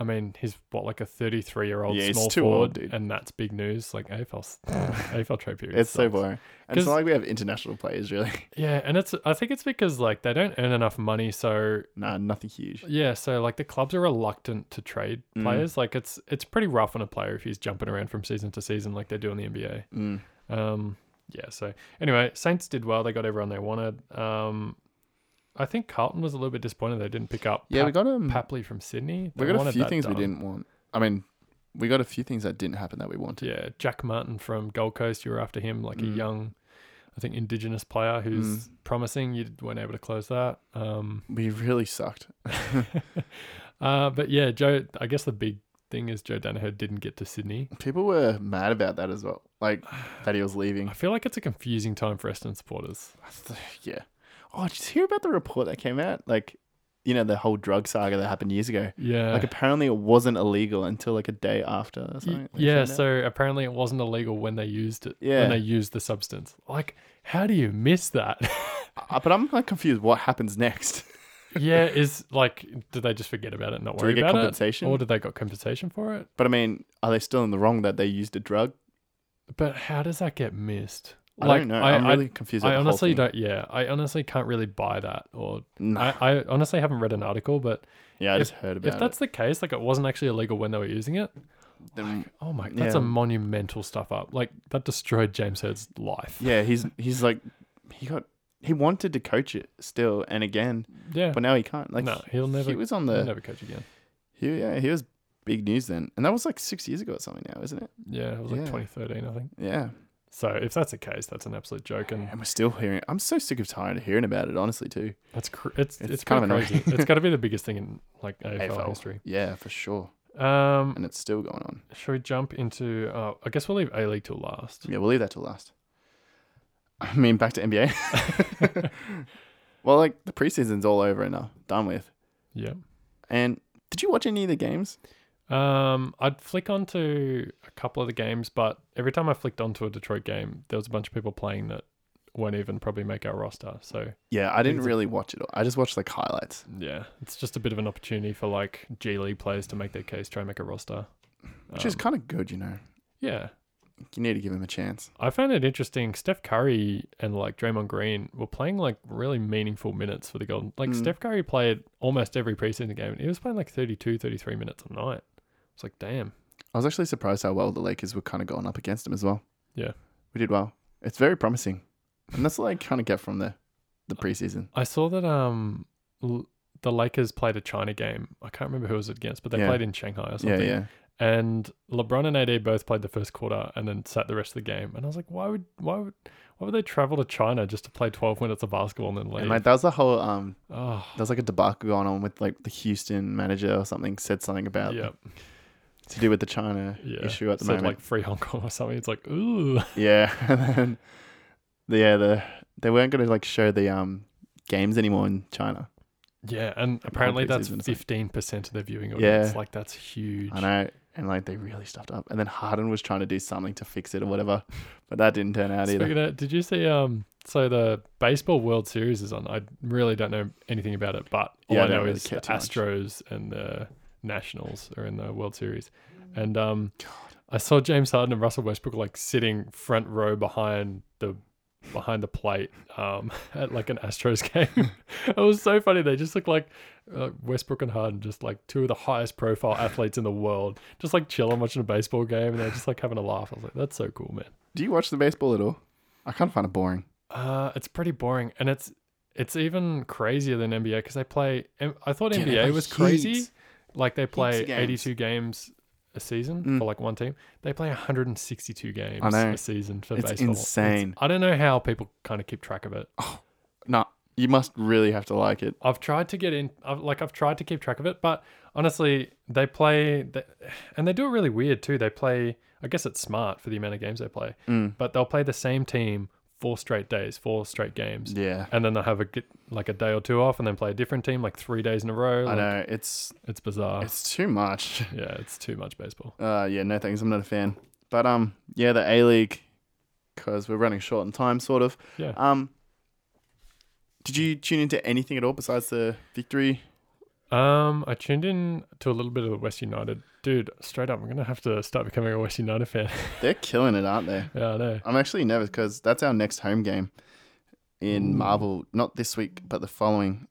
[SPEAKER 1] I mean, he's what like a 33 year old
[SPEAKER 2] Yeah, he's
[SPEAKER 1] small
[SPEAKER 2] too
[SPEAKER 1] forward,
[SPEAKER 2] old, dude.
[SPEAKER 1] and that's big news. Like AFL, AFL trade period.
[SPEAKER 2] It's so
[SPEAKER 1] sucks.
[SPEAKER 2] boring. And it's
[SPEAKER 1] 'Cause-
[SPEAKER 2] not like we have international players really.
[SPEAKER 1] Yeah, and it's I think it's because like they don't earn enough money, so
[SPEAKER 2] nah, nothing huge.
[SPEAKER 1] Yeah, so like the clubs are reluctant to trade
[SPEAKER 2] Mm.
[SPEAKER 1] players. Like it's it's pretty rough on a player if he's jumping around from season to season like they do in the NBA.
[SPEAKER 2] Mm.
[SPEAKER 1] Um, yeah. So anyway, Saints did well. They got everyone they wanted. Um, I think Carlton was a little bit disappointed they didn't pick up.
[SPEAKER 2] Yeah, we
[SPEAKER 1] Pap-
[SPEAKER 2] got um,
[SPEAKER 1] Papley from Sydney.
[SPEAKER 2] we
[SPEAKER 1] They
[SPEAKER 2] got a
[SPEAKER 1] wanted
[SPEAKER 2] few
[SPEAKER 1] that
[SPEAKER 2] things we
[SPEAKER 1] done.
[SPEAKER 2] didn't want. I mean, we got a few things that didn't happen that we wanted.
[SPEAKER 1] Yeah, Jack Martin from Gold Coast. You were after him, like a
[SPEAKER 2] Mm.
[SPEAKER 1] young, I think Indigenous player who's promising. You weren't able to close that. Um,
[SPEAKER 2] We really sucked.
[SPEAKER 1] uh, but yeah, Joe. I guess the big thing is Joe Danaher didn't get to Sydney.
[SPEAKER 2] People were mad about that as well. Like that he was leaving.
[SPEAKER 1] I feel like it's a confusing time for Eston supporters.
[SPEAKER 2] yeah. Oh, did you hear about the report that came out? Like, you know, the whole drug saga that happened years ago.
[SPEAKER 1] Yeah.
[SPEAKER 2] Like, apparently it wasn't illegal until like a day after. Or
[SPEAKER 1] Y-
[SPEAKER 2] something. they
[SPEAKER 1] yeah,
[SPEAKER 2] found out.
[SPEAKER 1] so apparently it wasn't illegal when they used it.
[SPEAKER 2] Yeah.
[SPEAKER 1] When they used the substance. Like, how do you miss that?
[SPEAKER 2] Uh, but I'm like confused. What happens next?
[SPEAKER 1] yeah, is like, did they just forget about it and not
[SPEAKER 2] Do
[SPEAKER 1] worry
[SPEAKER 2] they get
[SPEAKER 1] about
[SPEAKER 2] compensation?
[SPEAKER 1] it? Or did they got compensation for it?
[SPEAKER 2] But I mean, are they still in the wrong that they used a drug?
[SPEAKER 1] But how does that get missed?
[SPEAKER 2] I
[SPEAKER 1] like,
[SPEAKER 2] don't know. I,
[SPEAKER 1] I,
[SPEAKER 2] am really confused.
[SPEAKER 1] I,
[SPEAKER 2] about the whole
[SPEAKER 1] honestly
[SPEAKER 2] thing.
[SPEAKER 1] don't. Yeah, I honestly can't really buy that. Or
[SPEAKER 2] Nah.
[SPEAKER 1] I, I honestly haven't read an article, but
[SPEAKER 2] yeah, I
[SPEAKER 1] if-
[SPEAKER 2] just heard about
[SPEAKER 1] if that's the case, like it wasn't actually illegal when they were using it.
[SPEAKER 2] it. Then,
[SPEAKER 1] Oh my, that's
[SPEAKER 2] Yeah.
[SPEAKER 1] a monumental stuff up. Like that destroyed James Heard's life.
[SPEAKER 2] yeah, he's he's like he got he wanted to coach it still and again,
[SPEAKER 1] Yeah.
[SPEAKER 2] but now he can't. Like
[SPEAKER 1] no, he'll never.
[SPEAKER 2] he was on
[SPEAKER 1] he'll
[SPEAKER 2] the
[SPEAKER 1] never coach again.
[SPEAKER 2] he, yeah he was Big news then. And that was like six years ago or something now, isn't it?
[SPEAKER 1] Yeah, it was like
[SPEAKER 2] Yeah.
[SPEAKER 1] 2013, I think.
[SPEAKER 2] Yeah.
[SPEAKER 1] So if that's the case, that's an absolute joke, and
[SPEAKER 2] And we're still hearing I'm so sick of tired of hearing about it, honestly, too.
[SPEAKER 1] that's cr- it's
[SPEAKER 2] It's
[SPEAKER 1] it's,
[SPEAKER 2] kind
[SPEAKER 1] kind
[SPEAKER 2] of
[SPEAKER 1] of crazy. it's got to be the biggest thing in like AFL,
[SPEAKER 2] AFL.
[SPEAKER 1] history.
[SPEAKER 2] Yeah, for sure.
[SPEAKER 1] Um,
[SPEAKER 2] And it's still going on.
[SPEAKER 1] should we jump into? Uh, I guess we'll leave A League till last.
[SPEAKER 2] Yeah, we'll leave that till last. I mean, back to NBA. well, like the preseason's all over and uh, done with.
[SPEAKER 1] Yeah.
[SPEAKER 2] And did you watch any of the games?
[SPEAKER 1] Um, I'd flick onto a couple of the games, but every time I flicked onto a Detroit game, there was a bunch of people playing that won't even probably make our roster. So
[SPEAKER 2] Yeah, I didn't
[SPEAKER 1] Things-
[SPEAKER 2] really watch it. all. I just watched like highlights.
[SPEAKER 1] yeah, it's just a bit of an opportunity for like G League players to make their case, try and make a roster.
[SPEAKER 2] which is
[SPEAKER 1] Um,
[SPEAKER 2] kind of good, you know.
[SPEAKER 1] yeah.
[SPEAKER 2] You need to give him a chance.
[SPEAKER 1] I found it interesting. Steph Curry and like Draymond Green were playing like really meaningful minutes for the Golden. Like
[SPEAKER 2] Mm.
[SPEAKER 1] Steph Curry played almost every preseason game. and He was playing like 32, 33 minutes a night. It's like damn.
[SPEAKER 2] I was actually surprised how well the Lakers were kind of going up against him as well.
[SPEAKER 1] Yeah.
[SPEAKER 2] we did well. It's very promising, and that's what I kind of get from the the preseason.
[SPEAKER 1] I saw that um l- the Lakers played a China game. I can't remember who it was against, but they
[SPEAKER 2] Yeah.
[SPEAKER 1] played in Shanghai or
[SPEAKER 2] Yeah,
[SPEAKER 1] something.
[SPEAKER 2] yeah.
[SPEAKER 1] And LeBron and AD both played the first quarter and then sat the rest of the game. And I was like, why would why would why would they travel to China just to play twelve minutes of basketball and then leave?
[SPEAKER 2] And like that was the whole um,
[SPEAKER 1] oh,
[SPEAKER 2] there was like a debacle going on with like the Houston manager or something said something about
[SPEAKER 1] yeah,
[SPEAKER 2] to do with the China
[SPEAKER 1] yeah.
[SPEAKER 2] issue at the
[SPEAKER 1] Said,
[SPEAKER 2] moment.
[SPEAKER 1] like free Hong Kong or something. It's like ooh,
[SPEAKER 2] Yeah, and then the, yeah the they weren't going to like show the um games anymore in China.
[SPEAKER 1] yeah. And apparently that's
[SPEAKER 2] preseason, it's like-
[SPEAKER 1] fifteen percent of the viewing audience.
[SPEAKER 2] Yeah.
[SPEAKER 1] Like that's huge.
[SPEAKER 2] I know, and like they really stuffed up. And then Harden was trying to do something to fix it or whatever, but that didn't turn out either.
[SPEAKER 1] Speaking of, did you see? Um, so the baseball World Series is on. I really don't know anything about it, but all
[SPEAKER 2] Yeah, I
[SPEAKER 1] I
[SPEAKER 2] don't
[SPEAKER 1] know
[SPEAKER 2] really
[SPEAKER 1] is
[SPEAKER 2] care
[SPEAKER 1] the
[SPEAKER 2] too much.
[SPEAKER 1] Astros and the Nationals are in the World Series, and um, I saw James Harden and Russell Westbrook like sitting front row behind the behind the plate um, at like an Astros game. it was so funny. They just look like uh, Westbrook and Harden, just like two of the highest profile athletes in the world, just like chilling watching a baseball game, and they're just like having a laugh. I was like, that's so cool, man.
[SPEAKER 2] Do you watch the baseball at all? I kind of find it boring.
[SPEAKER 1] Uh, it's pretty boring, and it's it's even crazier than NBA because they play. M- I thought
[SPEAKER 2] Yeah, they play
[SPEAKER 1] NBA was
[SPEAKER 2] heaps.
[SPEAKER 1] crazy, like they play
[SPEAKER 2] of games.
[SPEAKER 1] eighty-two games a season
[SPEAKER 2] Mm.
[SPEAKER 1] for like one team. They play one hundred and sixty-two games
[SPEAKER 2] know.
[SPEAKER 1] a season for
[SPEAKER 2] It's
[SPEAKER 1] baseball.
[SPEAKER 2] insane.
[SPEAKER 1] I don't know how people kind of keep track of it.
[SPEAKER 2] No, you must really have to like it.
[SPEAKER 1] I've tried to get in, I've, like I've tried to keep track of it, but honestly, they play, they, and they do it really weird too. They play. I guess it's smart for the amount of games they play,
[SPEAKER 2] Mm.
[SPEAKER 1] but they'll play the same team four straight days, four straight games.
[SPEAKER 2] Yeah,
[SPEAKER 1] and then they'll have a get, like a day or two off and then play a different team like three days in a row.
[SPEAKER 2] I
[SPEAKER 1] Like,
[SPEAKER 2] know it's
[SPEAKER 1] It's bizarre.
[SPEAKER 2] it's too much.
[SPEAKER 1] yeah, it's too much baseball.
[SPEAKER 2] Uh, yeah, no thanks. I'm not a fan. But um, yeah, the A League, because we're running short on time, sort of.
[SPEAKER 1] Yeah.
[SPEAKER 2] Um, did you tune into anything at all besides the victory?
[SPEAKER 1] Um, I tuned in to a little bit of the West United. Dude, straight up, I'm gonna have to start becoming a West United fan.
[SPEAKER 2] They're killing it, aren't they?
[SPEAKER 1] yeah, I know.
[SPEAKER 2] I'm actually nervous because that's our next home game in Marvel. Not this week, but the following.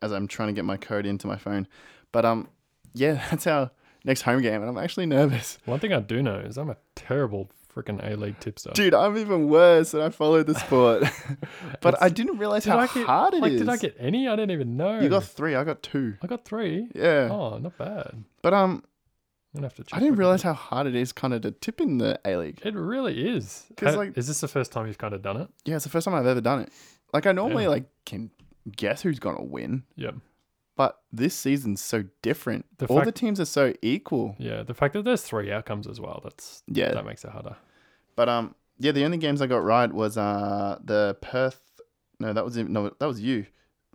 [SPEAKER 2] As I'm trying to get my code into my phone, but um, yeah, that's our next home game, and I'm actually nervous.
[SPEAKER 1] One thing I do know is I'm a terrible freaking A League tipster.
[SPEAKER 2] Dude, I'm even worse, and I follow the sport. but I didn't realize
[SPEAKER 1] did
[SPEAKER 2] how
[SPEAKER 1] I get
[SPEAKER 2] hard it is.
[SPEAKER 1] like did I get any? I don't even know.
[SPEAKER 2] You got three. I got two.
[SPEAKER 1] I got three.
[SPEAKER 2] Yeah.
[SPEAKER 1] Oh, not bad. I'm
[SPEAKER 2] But um,
[SPEAKER 1] gonna have to. Check
[SPEAKER 2] I didn't
[SPEAKER 1] quickly.
[SPEAKER 2] realize how hard it is kind of to tip in the A League.
[SPEAKER 1] It really is.
[SPEAKER 2] 'Cause,
[SPEAKER 1] Ha-
[SPEAKER 2] like-
[SPEAKER 1] is this the first time you've kind of done it?
[SPEAKER 2] Yeah, it's the first time I've ever done it. Like I normally
[SPEAKER 1] Yeah.
[SPEAKER 2] like can guess who's gonna win,
[SPEAKER 1] Yep.
[SPEAKER 2] but this season's so different.
[SPEAKER 1] The
[SPEAKER 2] All the
[SPEAKER 1] fact-
[SPEAKER 2] teams are so equal.
[SPEAKER 1] Yeah. The fact that there's three outcomes as well. That's
[SPEAKER 2] Yeah.
[SPEAKER 1] That makes it harder.
[SPEAKER 2] But um, yeah, the only games I got right was uh the Perth. No, that was in- no, that was you.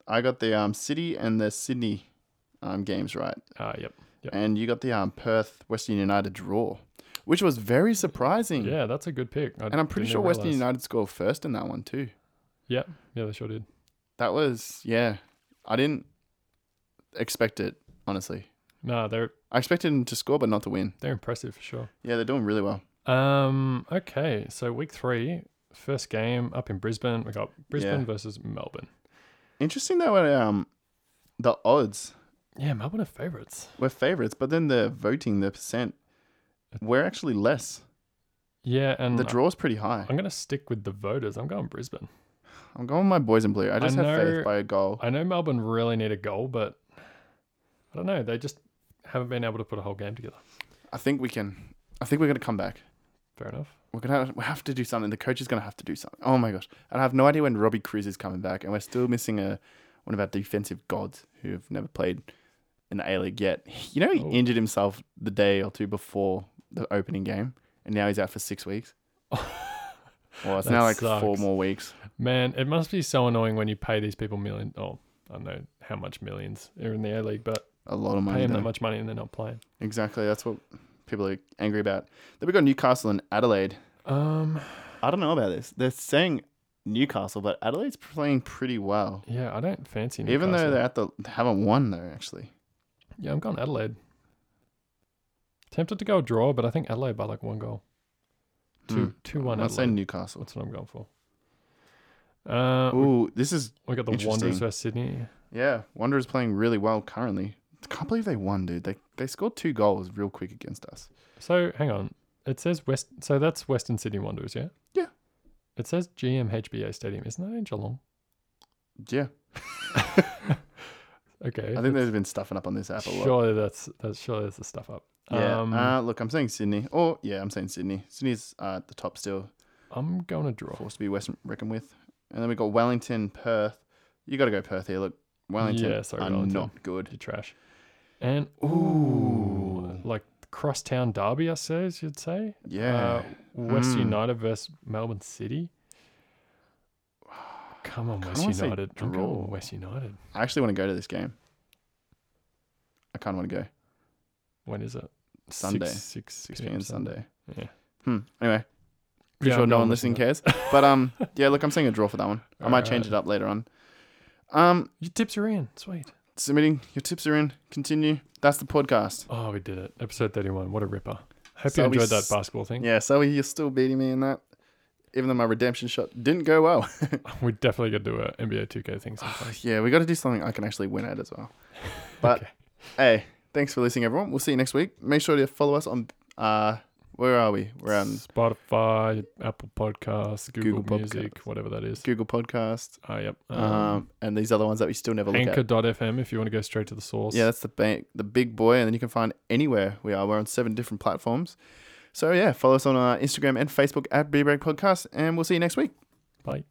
[SPEAKER 2] I got the um City and the Sydney um games right,
[SPEAKER 1] Uh, yep. Yep.
[SPEAKER 2] and you got the um Perth Western United draw, which was very surprising.
[SPEAKER 1] Yeah, that's a good pick. I
[SPEAKER 2] Hmm. And I'm pretty
[SPEAKER 1] didn't
[SPEAKER 2] sure
[SPEAKER 1] even
[SPEAKER 2] Western
[SPEAKER 1] realise.
[SPEAKER 2] United scored first in that one too.
[SPEAKER 1] Yeah, yeah, they sure did.
[SPEAKER 2] That was yeah. I didn't expect it honestly.
[SPEAKER 1] No, they're
[SPEAKER 2] I expected them to score, but not to win.
[SPEAKER 1] they're impressive for sure.
[SPEAKER 2] Yeah, they're doing really well.
[SPEAKER 1] Um, okay, so week three, first game up in Brisbane. We got Brisbane
[SPEAKER 2] Yeah.
[SPEAKER 1] versus Melbourne.
[SPEAKER 2] Interesting though, when, um, the odds
[SPEAKER 1] Yeah, Melbourne are favourites.
[SPEAKER 2] were favorites, but then the voting, the percent, we're actually less.
[SPEAKER 1] Yeah, and
[SPEAKER 2] The draw's pretty high.
[SPEAKER 1] I'm gonna stick with the voters. I'm going Brisbane.
[SPEAKER 2] I'm going with my boys in blue. I just have
[SPEAKER 1] know-
[SPEAKER 2] faith by a goal.
[SPEAKER 1] I know Melbourne really need a goal, but I don't know. They just haven't been able to put a whole game together.
[SPEAKER 2] I think we can. I think we're going to come back.
[SPEAKER 1] Fair enough.
[SPEAKER 2] We're gonna have, we have to do something. The coach is gonna have to do something. Oh my gosh! And I have no idea when Robbie Cruz is coming back, and we're still missing a one of our defensive gods who have never played in the A League yet. You know, he
[SPEAKER 1] Oh.
[SPEAKER 2] injured himself the day or two before the opening game, and now he's out for six weeks. Well, it's
[SPEAKER 1] That
[SPEAKER 2] now like four
[SPEAKER 1] sucks.
[SPEAKER 2] more weeks.
[SPEAKER 1] Man, it must be so annoying when you pay these people million. Oh, I don't know how much millions are in the A League, but
[SPEAKER 2] A lot of
[SPEAKER 1] pay
[SPEAKER 2] money.
[SPEAKER 1] them that
[SPEAKER 2] though.
[SPEAKER 1] much money and they're not playing.
[SPEAKER 2] Exactly. That's what people are angry about. Then we got Newcastle and Adelaide.
[SPEAKER 1] Um,
[SPEAKER 2] I don't know about this. They're saying Newcastle, but Adelaide's playing pretty well.
[SPEAKER 1] yeah, I don't fancy. Newcastle.
[SPEAKER 2] Even though they're at the they haven't won though, actually.
[SPEAKER 1] yeah, I'm going Adelaide. Tempted to go draw, but I think Adelaide by like one goal. Two,
[SPEAKER 2] Hmm.
[SPEAKER 1] two, one.
[SPEAKER 2] I'd say
[SPEAKER 1] Adelaide.
[SPEAKER 2] Newcastle.
[SPEAKER 1] That's what I'm going for. Uh, we-
[SPEAKER 2] Ooh, this is
[SPEAKER 1] we got the Wanderers
[SPEAKER 2] interesting.
[SPEAKER 1] versus Sydney.
[SPEAKER 2] yeah. Wanderers playing really well currently. Can't believe they won, dude. They they scored two goals real quick against us.
[SPEAKER 1] So hang on, it says West. So that's Western Sydney Wanderers, yeah.
[SPEAKER 2] Yeah.
[SPEAKER 1] It says GMHBA Stadium. Isn't that in Geelong?
[SPEAKER 2] Yeah,
[SPEAKER 1] Okay.
[SPEAKER 2] I think they've been stuffing up on this app a lot.
[SPEAKER 1] surely that's that's surely that's the stuff up.
[SPEAKER 2] Yeah.
[SPEAKER 1] Um,
[SPEAKER 2] uh, look, I'm saying Sydney. Or yeah, I'm saying Sydney. Sydney's uh, at the top still,
[SPEAKER 1] I'm going to draw.
[SPEAKER 2] forced to be West reckoned with. And then we got Wellington, Perth. You got to go Perth here. Look, Wellington
[SPEAKER 1] Yeah, sorry,
[SPEAKER 2] are
[SPEAKER 1] Wellington.
[SPEAKER 2] not good.
[SPEAKER 1] You trash. And ooh, like crosstown derby, I suppose you'd say.
[SPEAKER 2] Yeah.
[SPEAKER 1] Uh, West
[SPEAKER 2] Mm.
[SPEAKER 1] United versus Melbourne City. Come on, West
[SPEAKER 2] wanna say
[SPEAKER 1] United. I'm going
[SPEAKER 2] draw.
[SPEAKER 1] West United.
[SPEAKER 2] I actually want to go to this game. I kind of want to go.
[SPEAKER 1] When is it?
[SPEAKER 2] Sunday.
[SPEAKER 1] Six,
[SPEAKER 2] 6
[SPEAKER 1] six,
[SPEAKER 2] p.m. Sunday.
[SPEAKER 1] Yeah.
[SPEAKER 2] Hmm. Anyway, pretty
[SPEAKER 1] Yeah,
[SPEAKER 2] sure
[SPEAKER 1] I'm
[SPEAKER 2] no
[SPEAKER 1] going
[SPEAKER 2] one
[SPEAKER 1] West
[SPEAKER 2] listening
[SPEAKER 1] United.
[SPEAKER 2] cares. But um, yeah. Look, I'm seeing a draw for that one. I might change
[SPEAKER 1] Alright.
[SPEAKER 2] it up later on. Um,
[SPEAKER 1] Your tips are in. Sweet.
[SPEAKER 2] submitting your tips are in. Continue. That's the podcast.
[SPEAKER 1] Oh, we did it. Episode 31. What a ripper. Hope
[SPEAKER 2] So
[SPEAKER 1] you
[SPEAKER 2] we
[SPEAKER 1] enjoyed that
[SPEAKER 2] s-
[SPEAKER 1] basketball thing.
[SPEAKER 2] Yeah. So you're still beating me in that, even though my redemption shot didn't go well.
[SPEAKER 1] We're definitely going to do an NBA 2K thing sometime.
[SPEAKER 2] Ah, yeah, we got to do something I can actually win at as well. But
[SPEAKER 1] Okay.
[SPEAKER 2] hey, thanks for listening, everyone. We'll see you next week. Make sure to follow us on. Uh, where are we? We're on
[SPEAKER 1] Spotify, Apple Podcasts, Google,
[SPEAKER 2] Google
[SPEAKER 1] Music,
[SPEAKER 2] Podcasts.
[SPEAKER 1] whatever that is.
[SPEAKER 2] Google Podcast.
[SPEAKER 1] Ah, yep.
[SPEAKER 2] Um, and these other ones that we still never look at.
[SPEAKER 1] Anchor.fm if you want to go straight to the source.
[SPEAKER 2] Yeah, that's the bank, the big boy, and then you can find anywhere we are. We're on seven different platforms. So yeah, follow us on our Instagram and Facebook at B Break Podcast, and we'll see you next week.
[SPEAKER 1] Bye.